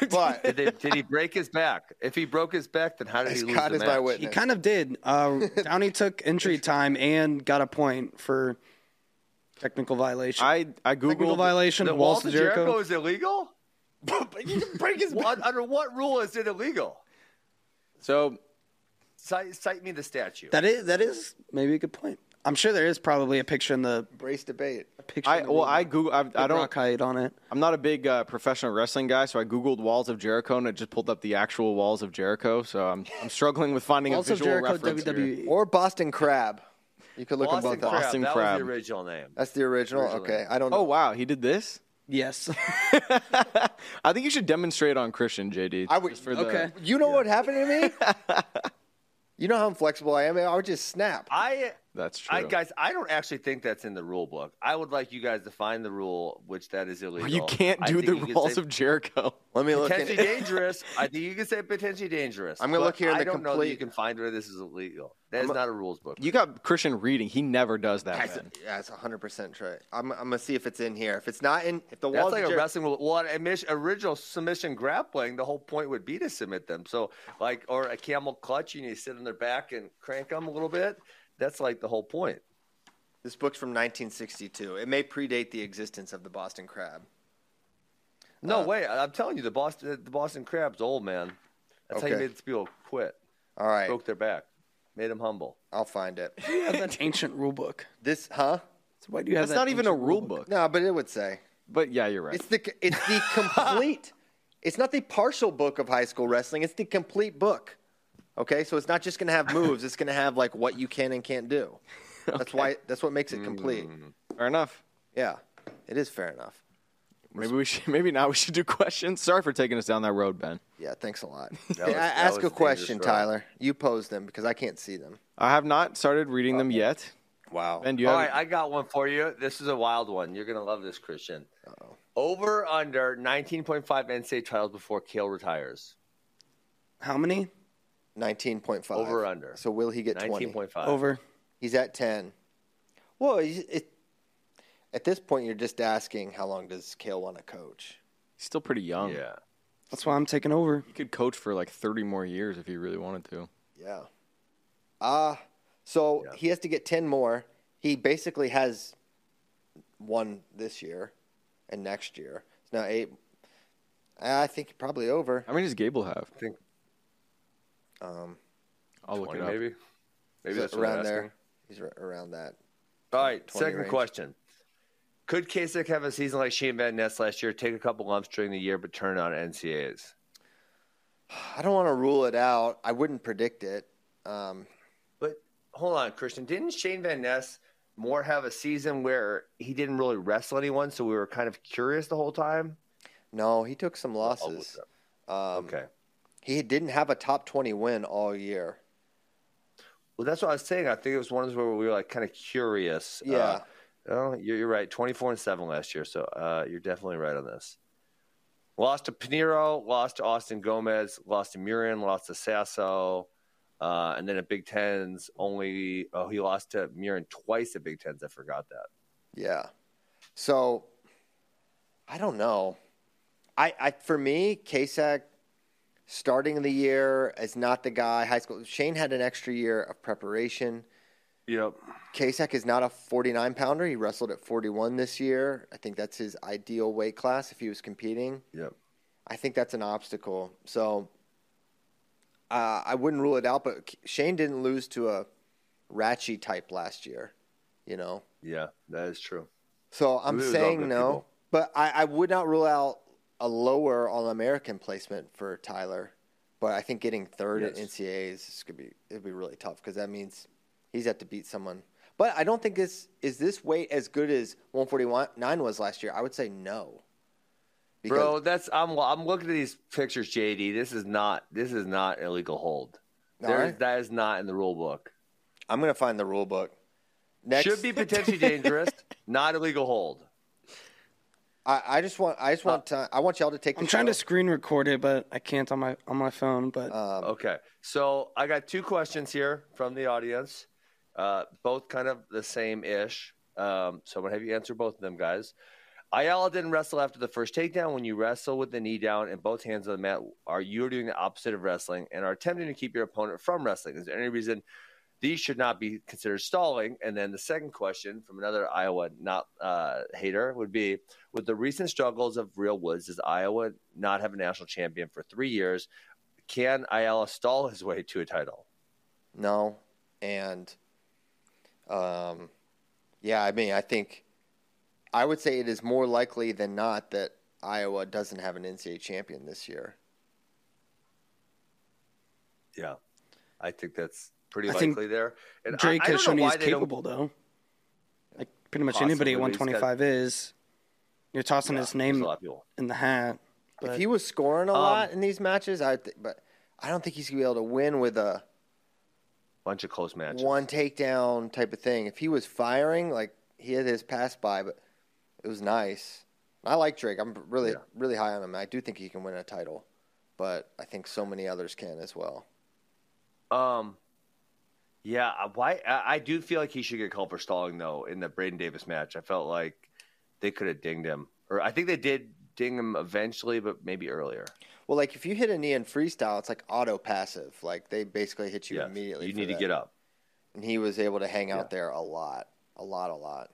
But
Did, they, did he break his back? If he broke his back, then how did
as
he lose
God
the
is
match?
my
He
witness.
kind of did. Uh, Downey took entry time and got a point for technical violation.
I I
technical
googled
violation.
The
Walls
Walls
to
of
Jericho.
Jericho is illegal.
you can break his
What, under what rule is it illegal?
so
Cite, cite me the statue.
That is that is maybe a good point. I'm sure there is probably a picture in the
Brace debate.
picture.
I
in the
well
room
I Google I, I
with
don't
Rock Hyde on it.
I'm not a big uh, professional wrestling guy, so I googled Walls of Jericho and it just pulled up the actual Walls of Jericho. So I'm I'm struggling with finding
Also
a visual
Jericho E,
reference. here.
WWE.
Or Boston Crab. You could look
Boston
them both
Crab.
up.
Boston
that
Crab.
was the original name.
That's the original?
Originally.
Okay. I don't
Oh
know.
wow, he did this.
Yes.
I think you should demonstrate on Christian, JD.
I would-
just for the-
okay.
you know what happened to me? you know how inflexible I am? I would just snap.
I,
That's true.
I, guys, I don't actually think that's in the rule book. I would like you guys to find the rule, which that is illegal.
you can't
I
do
think
the
you can
walls
say
of Jericho.
Let me look.
potentially
In,
dangerous. I think you can say potentially dangerous.
I'm gonna
but
look here in
I
the
don't know that you
complete-
can find where this is illegal. That is not a rules book.
You got Christian reading. He never does that.
that's,
man.
that's 100% true. I'm, I'm going to see if it's in here. If it's not in, if the
That's
walls
like
of
a
Jer-
wrestling rule. Well, an admis- original submission grappling, the whole point would be to submit them. So, like, or a camel clutch, you need to sit on their back and crank them a little bit. That's like the whole point.
This book's from 1962. It may predate the existence of the Boston Crab. Uh.
No way! I- I'm telling you, the Boston the Boston Crab's old man. That's how
Okay.
you made people quit,
All right,
broke their back, made them humble.
I'll find it.
have that ancient rule book.
This, huh?
So why do you have
That's
that
not even a
ancient
rule book.
No, but it would say
But yeah, you're right.
it's the it's the complete. it's not the partial book of high school wrestling. It's the complete book. Okay, so it's not just going to have moves. It's going to have like what you can and can't do. That's why. That's what makes it complete.
Mm.
Fair enough.
Yeah, it is fair enough.
Maybe we should. Maybe now we should do questions. Sorry for taking us down that road, Ben.
Yeah, thanks a lot.
was-
Yeah,
that
ask
was
a question,
dangerous, Rob.
Tyler. You pose them because I can't see them.
I have not started reading them yet.
Wow.
Ben, do you
All
have?
right, I got one for you. This is a wild one. You're gonna love this, Christian. Over under 19.5 NCAA trials before Kale retires.
How many?
Nineteen point five.
Over or under?
So will he get twenty?
Nineteen point five.
Over.
He's at ten. Well, he's- it, at this point, you're just asking how long does Kale want to coach?
He's still pretty young.
Yeah.
That's why I'm taking over.
He could coach for like 30 more years if he really wanted to.
Yeah. Ah, so
Yeah.
he has to get 10 more. He basically has one this year and next year. It's now eight. I think probably over.
How many does Gable have?
I think
Um,
I'll look
20
it up.
maybe. Maybe
he's
that's what
around
they're
there.
asking.
He's r- around that.
All right.
20
Second
range.
question. Could Kasich have a season like Shane Van Ness last year, take a couple lumps during the year, but turn on NCAAs?
I don't want to rule it out. I wouldn't predict it. Um,
But hold on, Christian. Didn't Shane Van Ness more have a season where he didn't really wrestle anyone, so we were kind of curious the whole time?
no, he took some
Oh,
losses. Um,
okay.
He didn't have a top 20 win all year.
Well, that's what I was saying. I think it was one of those where we were like kind of curious.
Yeah.
Uh, oh, you're, you're right. 24 and 7 last year. So uh, you're definitely right on this. Lost to Pinero, lost to Austin Gomez, lost to Murin, lost to Sasso. Uh, and then at Big Tens, only oh he lost to Murin twice at Big Tens. I forgot that.
Yeah. So I don't know. I, I for me, Kasach starting the year as not the guy. High school Shane had an extra year of preparation.
Yep.
Kasach is not a 49 pounder. He wrestled at 41 this year. I think that's his ideal weight class if he was competing.
Yep.
I think that's an obstacle. So uh, I wouldn't rule it out, but K- Shane didn't lose to a Ratchy type last year, you know?
Yeah, that is true.
So I'm
Lose all
saying
good
no,
people.
but I, I would not rule out a lower All American placement for Tyler. But I think getting third at
Yes.
NCAAs is gonna be it'd be really tough because that means he's had to beat someone. But I don't think this is this weight as good as 149 was last year. I would say no.
Bro, that's I'm I'm looking at these pictures, JD. This is not this is not illegal hold.
All
There is
right.
that is not in the rule book.
I'm gonna find the rule book. Next,
Should be potentially dangerous, not illegal hold.
I, I just want I just want
Uh,
to, I want y'all to take. The
I'm trying to
show.
screen record it, but I can't on my on my phone. But
Uh,
Um,
Okay, so I got two questions here from the audience, uh, both kind of the same ish. Um, so I'm gonna have you answer both of them, guys. Ayala didn't wrestle after the first takedown. When you wrestle with the knee down and both hands on the mat, are you doing the opposite of wrestling and are attempting to keep your opponent from wrestling? Is there any reason these should not be considered stalling? And then the second question from another Iowa not uh, hater would be: With the recent struggles of Real Woods, does Iowa not have a national champion for three years? Can Ayala stall his way to a title?
No, and um, yeah, I mean, I think I would say it is more likely than not that Iowa doesn't have an NCAA champion this year.
Yeah, I think that's pretty
I think
likely there. And I-
Drake
I
has
don't
shown
know why
he's
they don't-
capable, though. Like pretty much anybody at
Possibly, but he's
125 is. You're tossing
Yeah,
his
there's
name
a lot of people.
in the hat.
if
But
he was scoring a lot in these matches, I th- but I don't think he's gonna be able to win with a
bunch of close matches.
one takedown type of thing. If he was firing, like he had his pass by, but it was nice. I like Drake. I'm really
Yeah.
really high on him. I do think he can win a title, but I think so many others can as well.
Um, yeah, I- why? I, I do feel like he should get called for stalling though in the Braden Davis match. I felt like they could have dinged him, or I think they did ding him eventually, but maybe earlier.
Well, like if you hit a knee in freestyle, it's like auto passive. Like they basically hit you
Yes.
immediately.
You
for
need to
that.
get up.
And he was able to hang out
Yeah.
there a lot, a lot, a lot.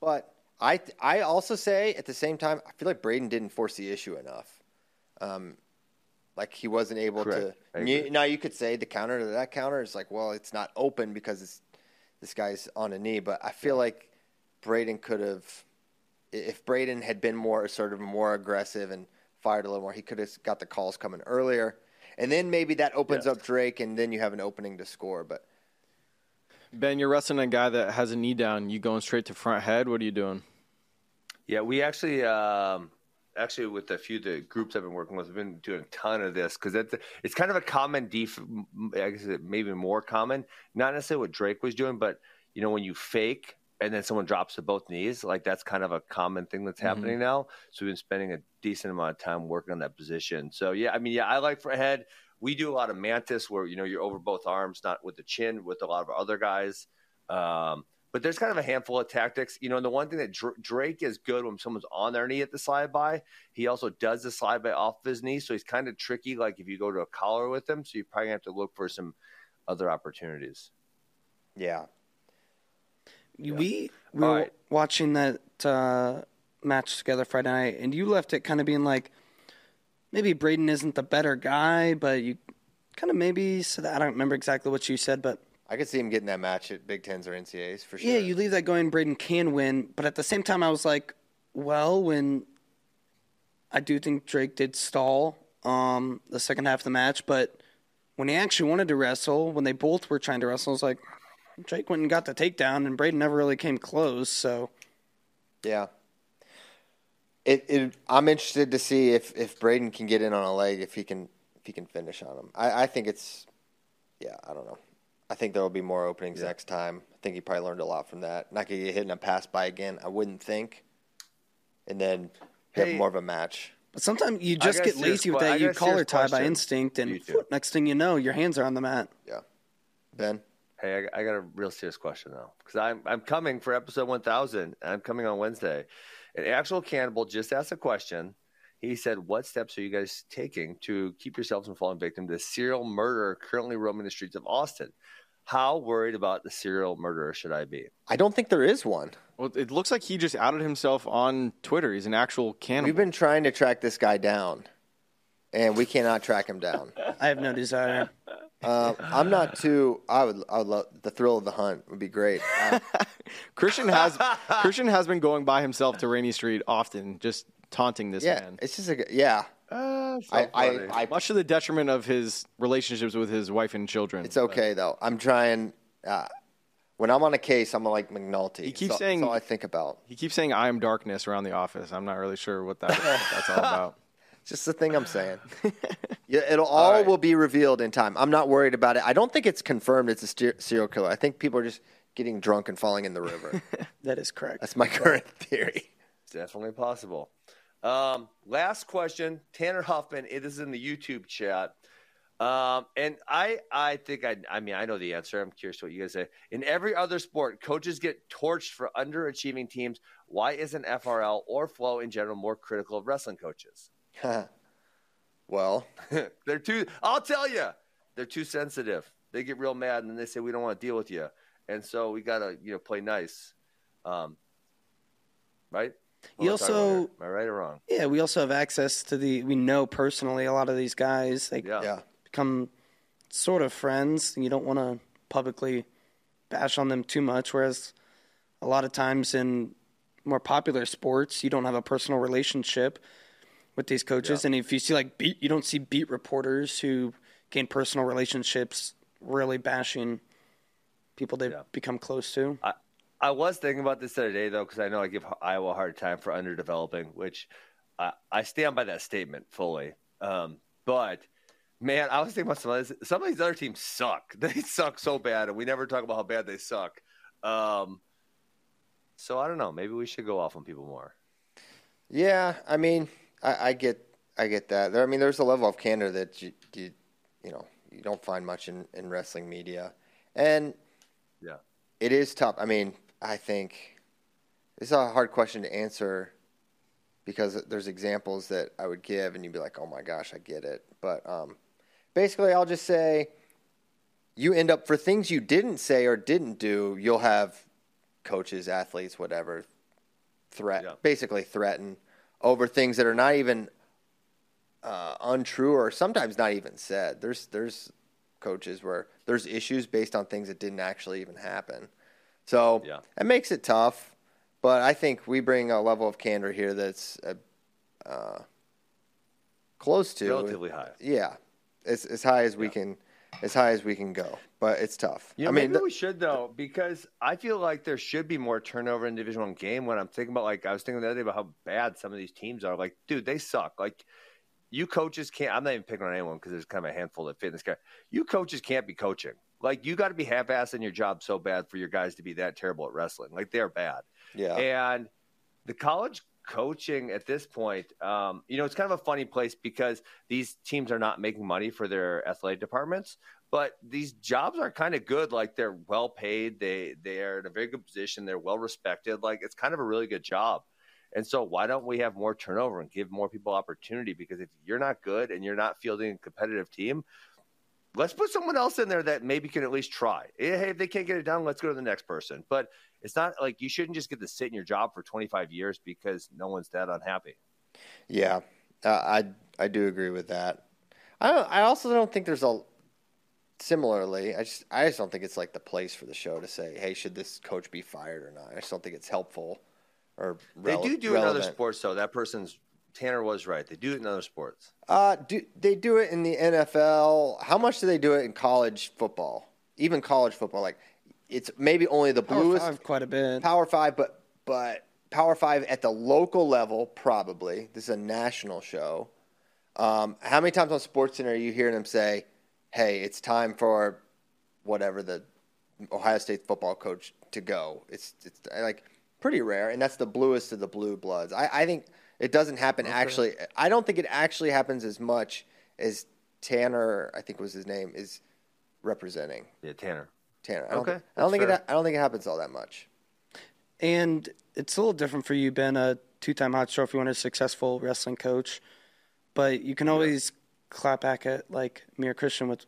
But I, th- I also say at the same time, I feel like Braden didn't force the issue enough. Um, like he wasn't able
Correct.
to.
I
and you-
agree.
now you could say the counter to that counter is like, well, it's not open because it's this guy's on a knee. But I feel like Braden could have if Braden had been more assertive and more aggressive and fired a little more, he could have got the calls coming earlier. And then maybe that opens
Yeah.
up Drake, and then you have an opening to score. But
Ben, you're wrestling a guy that has a knee down. You going straight to front head? What are you doing?
Yeah, we actually, um, actually, with a few of the groups I've been working with, we've been doing a ton of this because it's, it's kind of a common def. I guess it maybe more common, not necessarily what Drake was doing, but you know when you fake and then someone drops to both knees, like that's kind of a common thing that's happening now. So we've been spending a decent amount of time working on that position. So yeah, I mean, yeah, I like front head. We do a lot of mantis where you know you're over both arms, not with the chin, with a lot of other guys. Um, but there's kind of a handful of tactics. You know, and the one thing that Dr- Drake is good when someone's on their knee at the slide by, he also does the slide by off his knee, so he's kind of tricky. Like if you go to a collar with him, so you probably have to look for some other opportunities.
Yeah.
We we were
All right.
watching that uh, match together Friday night, and you left it kind of being like, maybe Braden isn't the better guy, but you kind of maybe said that. I don't remember exactly what you said, but
I could see him getting that match at Big Tens or NCAs for sure.
yeah, you leave that going. Braden can win, but at the same time, I was like, well, when I do think Drake did stall um, the second half of the match, but when he actually wanted to wrestle, when they both were trying to wrestle, I was like, Drake went and got the takedown, and Braden never really came close, so.
Yeah. It, it I'm interested to see if if Braden can get in on a leg if he can if he can finish on him. I, I think it's yeah, I don't know. I think there will be more openings next time. I think he probably learned a lot from that. Not gonna get hit in a pass by again, I wouldn't think. And then
Hey.
have more of a match.
But sometimes you
I
just
got a
get lazy
serious
with
que- I
that.
got
You
a
collar
serious
tie by
question.
instinct,
You
and
too.
whoop, next thing you know, your hands are on the mat.
Yeah. Ben?
Hey, I, I got a real serious question though, because I'm I'm coming for episode 1,000. and I'm coming on Wednesday. An actual cannibal just asked a question. He said, "What steps are you guys taking to keep yourselves from falling victim to the serial murderer currently roaming the streets of Austin? How worried about the serial murderer should I be?"
I don't think there is one.
Well, it looks like he just outed himself on Twitter. He's an actual cannibal.
We've been trying to track this guy down. And we cannot track him down.
I have no desire.
Um, I'm not too. I would. I would love the thrill of the hunt would be great. Uh,
Christian has Christian has been going by himself to Rainy Street often, just taunting this
yeah,
man.
it's just a. g- Yeah,
Uh, so
I, I,
funny.
I,
Much to the detriment of his relationships with his wife and children.
It's okay though. I'm trying. Uh, when I'm on a case, I'm like McNulty.
He keeps
That's all-
saying-
That's all I think about.
He keeps saying "I am darkness" around the office. I'm not really sure what that what that's all about.
It's just the thing I'm saying. yeah, it'll all
right.
will be revealed in time. I'm not worried about it. I don't think it's confirmed. It's a ste- serial killer. I think people are just getting drunk and falling in the river.
That is correct.
That's my current theory.
Definitely possible. Um, last question, Tanner Huffman. It is in the YouTube chat, um, and I I think I I mean I know the answer. I'm curious what you guys say. In every other sport, coaches get torched for underachieving teams. Why isn't FRL or Flow in general more critical of wrestling coaches?
well,
they're too. I'll tell you, they're too sensitive. They get real mad and then they say we don't want to deal with you, and so we gotta you know play nice, um, right?
You
What am I talking about
also-
here? am I right or wrong?
Yeah, we also have access to the. We know personally a lot of these guys. They
Yeah.
yeah,
become sort of friends, and you don't want to publicly bash on them too much. Whereas a lot of times in more popular sports, you don't have a personal relationship with these coaches. And if you see like beat, you don't see beat reporters who gain personal relationships really bashing people they've
Yeah.
become close to.
I, I was thinking about this the other day though, because I know I give Iowa a hard time for underdeveloping, which I, I stand by that statement fully. Um, but man, I was thinking about some of these, some of these other teams suck. They suck so bad, and we never talk about how bad they suck. Um, so I don't know. Maybe we should go off on people more.
yeah. I mean, I, I get, I get that. There, I mean, there's a level of candor that you, you, you know, you don't find much in, in wrestling media, and
Yeah.
It is tough. I mean, I think this is a hard question to answer because there's examples that I would give, and you'd be like, "Oh my gosh, I get it." But um, basically, I'll just say you end up for things you didn't say or didn't do. You'll have coaches, athletes, whatever, threat
Yeah.
basically threaten over things that are not even uh, untrue or sometimes not even said. There's there's coaches where there's issues based on things that didn't actually even happen. So
Yeah.
it makes it tough, but I think we bring a level of candor here that's uh, uh, close to
Relatively high.
Yeah, it's as high as we can, as high as we can go. But it's tough.
Yeah,
I mean,
maybe
th-
we should though, because I feel like there should be more turnover in Division One game. When I'm thinking about, like, I was thinking the other day about how bad some of these teams are. Like, dude, they suck. Like, you coaches can't. I'm not even picking on anyone because there's kind of a handful that fit in this guy. You coaches can't be coaching. Like, you got to be half-assed in your job so bad for your guys to be that terrible at wrestling. Like, they're bad.
yeah,
And the college coaching at this point, um, you know, it's kind of a funny place because these teams are not making money for their athletic departments, but these jobs are kind of good. Like they're well paid, they they are in a very good position, they're well respected. Like it's kind of a really good job. And so, why don't we have more turnover and give more people opportunity? Because if you're not good and you're not fielding a competitive team, let's put someone else in there that maybe can at least try. Hey, if they can't get it done, let's go to the next person. But it's not like you shouldn't just get to sit in your job for 25 years because no one's that unhappy.
Yeah, uh, I I do agree with that. I don't, I also don't think there's a similarly. I just I just don't think it's like the place for the show to say, hey, should this coach be fired or not? I just don't think it's helpful. Or rele-
they do do
relevant.
in other sports, though. That person's Tanner was right. They do it in other sports.
Uh, do they do it in the NFL? How much do they do it in college football? Even college football, like it's maybe only
Oh,
the
Power
bluest
five quite a bit.
Power Five, but but Power Five at the local level, probably. This is a national show. Um, how many times on Sports Center are you hearing them say, "Hey, it's time for whatever the Ohio State football coach to go"? It's it's like pretty rare, and that's the bluest of the blue bloods. I, I think it doesn't happen actually. I don't think it actually happens as much as Tanner, I think was his name, is representing
Yeah, Tanner.
Tanner. I don't, thi- I
Okay,
don't
that's
think it.
fair.
I don't think it happens all that much.
And it's a little different for you, Ben, a two time Hodge Trophy winner, successful wrestling coach. But you can always clap back at like Mir Christian with,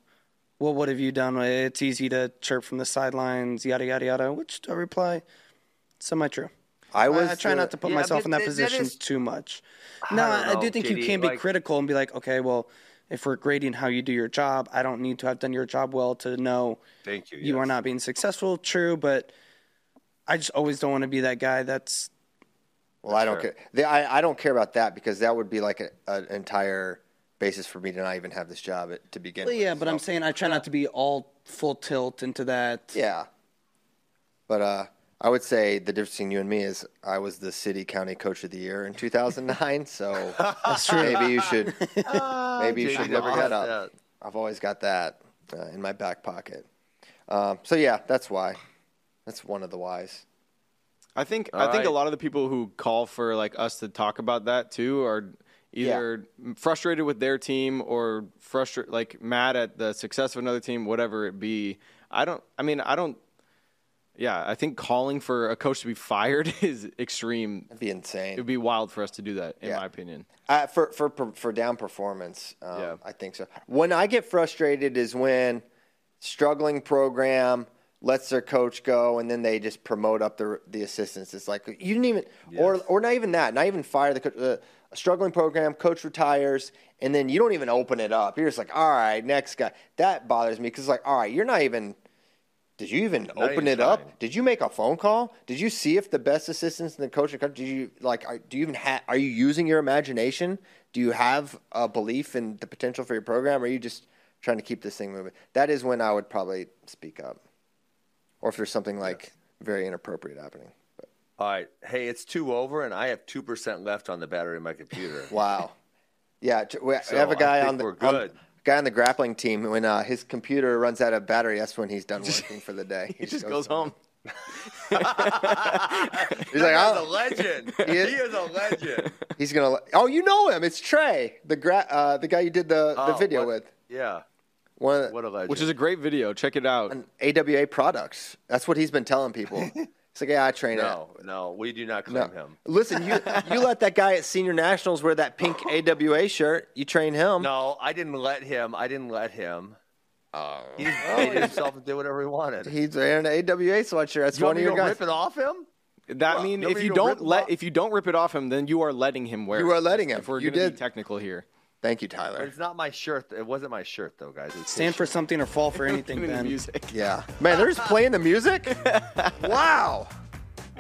well, what have you done? It's easy to chirp from the sidelines, yada, yada, yada, which I reply, semi true.
I
I,
was
I try
the-
not to put
yeah,
myself
but
in that
that- that
position
is-
too much. No,
don't
I,
know,
do think you
JD,
can be
like-
critical and be like, okay, well, if we're grading how you do your job, I don't need to have done your job well to know
Thank you.
you are
yes.
not being successful. True, but I just always don't want to be that guy that's
Well, I don't
Sure.
care. The, I, I don't care about that because that would be like a, an entire basis for me to not even have this job at, to begin with.
yeah. But I'm
so-
saying I try not to be all full tilt into that.
yeah. But uh, I would say the difference between you and me is I was the city county coach of the year in 2009. so maybe you should maybe you
JD
should look
lost
that up.
that.
I've always got that uh, in my back pocket. Um, so yeah, that's why. That's one of the whys.
I think I
All
think a
right.
lot of the people who call for like us to talk about that too are either frustrated with their team or frustrated like mad at the success of another team, whatever it be. I don't. I mean, I don't. Yeah, I think calling for a coach to be fired is extreme.
That'd be insane.
It would be wild for us to do that, in
Yeah.
my opinion.
Uh, for for per- for down performance, um,
Yeah.
I think so. When I get frustrated is when struggling program lets their coach go, and then they just promote up the the assistants. It's like you didn't even, or or not even that, not even fire the coach. Uh, a struggling program, coach retires, and then you don't even open it up. You're just like, all right, next guy. That bothers me because like, all right, you're not even. Did you even open
even
it up?
trying.
Did you make a phone call? Did you see if the best assistants in the coaching country? Did you like? Are, do you even ha- are you using your imagination? Do you have a belief in the potential for your program? Or are you just trying to keep this thing moving? That is when I would probably speak up, or if there's something like very inappropriate happening. But,
All right. Hey, it's two over, and I have two percent left on the battery in my computer.
wow, yeah, t- we
So,
we have a
I
guy
think
on the
we're
on-
good.
guy on the grappling team. When uh, his computer runs out of battery, that's when he's done working for the day.
He just goes home.
He's like, "Oh."
That
"I'll-
guy's a legend. he
is-
is a legend.
He's gonna. let- Oh, you know him. It's Trey, the gra- uh, the guy you did the, the
Oh,
video
what-
with.
Yeah.
One of the-
What a legend.
Which is a great video. Check it out.
an AWA products. That's what he's been telling people. He's like, yeah, I train
no, no, we do not
it. No.
claim him.
Listen, you you let that guy at senior nationals wear that pink AWA shirt. You train him.
No, I didn't let him. I didn't let him.
Oh.
he just made himself and did whatever he wanted.
He's wearing an AWA sweatshirt. That's
you
one of
want me
your
to
guys.
rip it off him?
That
Well,
mean
you
if
mean
you
to
don't
rip him
let
off?
if you don't rip it off him, then you are letting him wear.
You
it.
are letting him.
If we're
You
gonna
did.
be technical here,
Thank you,
But
Tyler.
it's not my shirt. It wasn't my shirt though, guys. It was his
Stand for
shirt.
something or fall for anything,
Putting in the
Ben.
music.
Yeah, man, they're just playing the music. wow.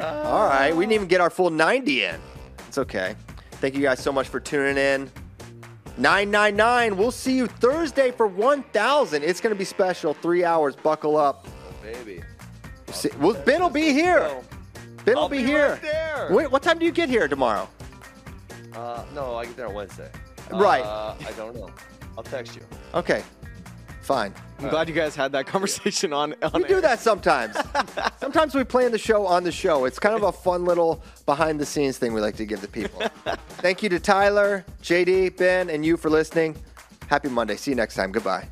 All right, we didn't even get our full 90 in. It's okay. Thank you guys so much for tuning in. 999. We'll see you Thursday for 1000. It's going to be special. Three hours. Buckle up.
baby.
See- Well, Ben will be here. Ben will
I'll
be
be
here.
right there.
Wait, what time do you get here tomorrow?
Uh, no, I get there on Wednesday.
Right.
Uh, I don't know. I'll text you.
Okay. Fine.
I'm glad you guys had that conversation on. on
We do
air.
that sometimes. sometimes we plan the show on the show. It's kind of a fun little behind the scenes thing we like to give the people. Thank you to Tyler, JD, Ben, and you for listening. Happy Monday. See you next time. Goodbye.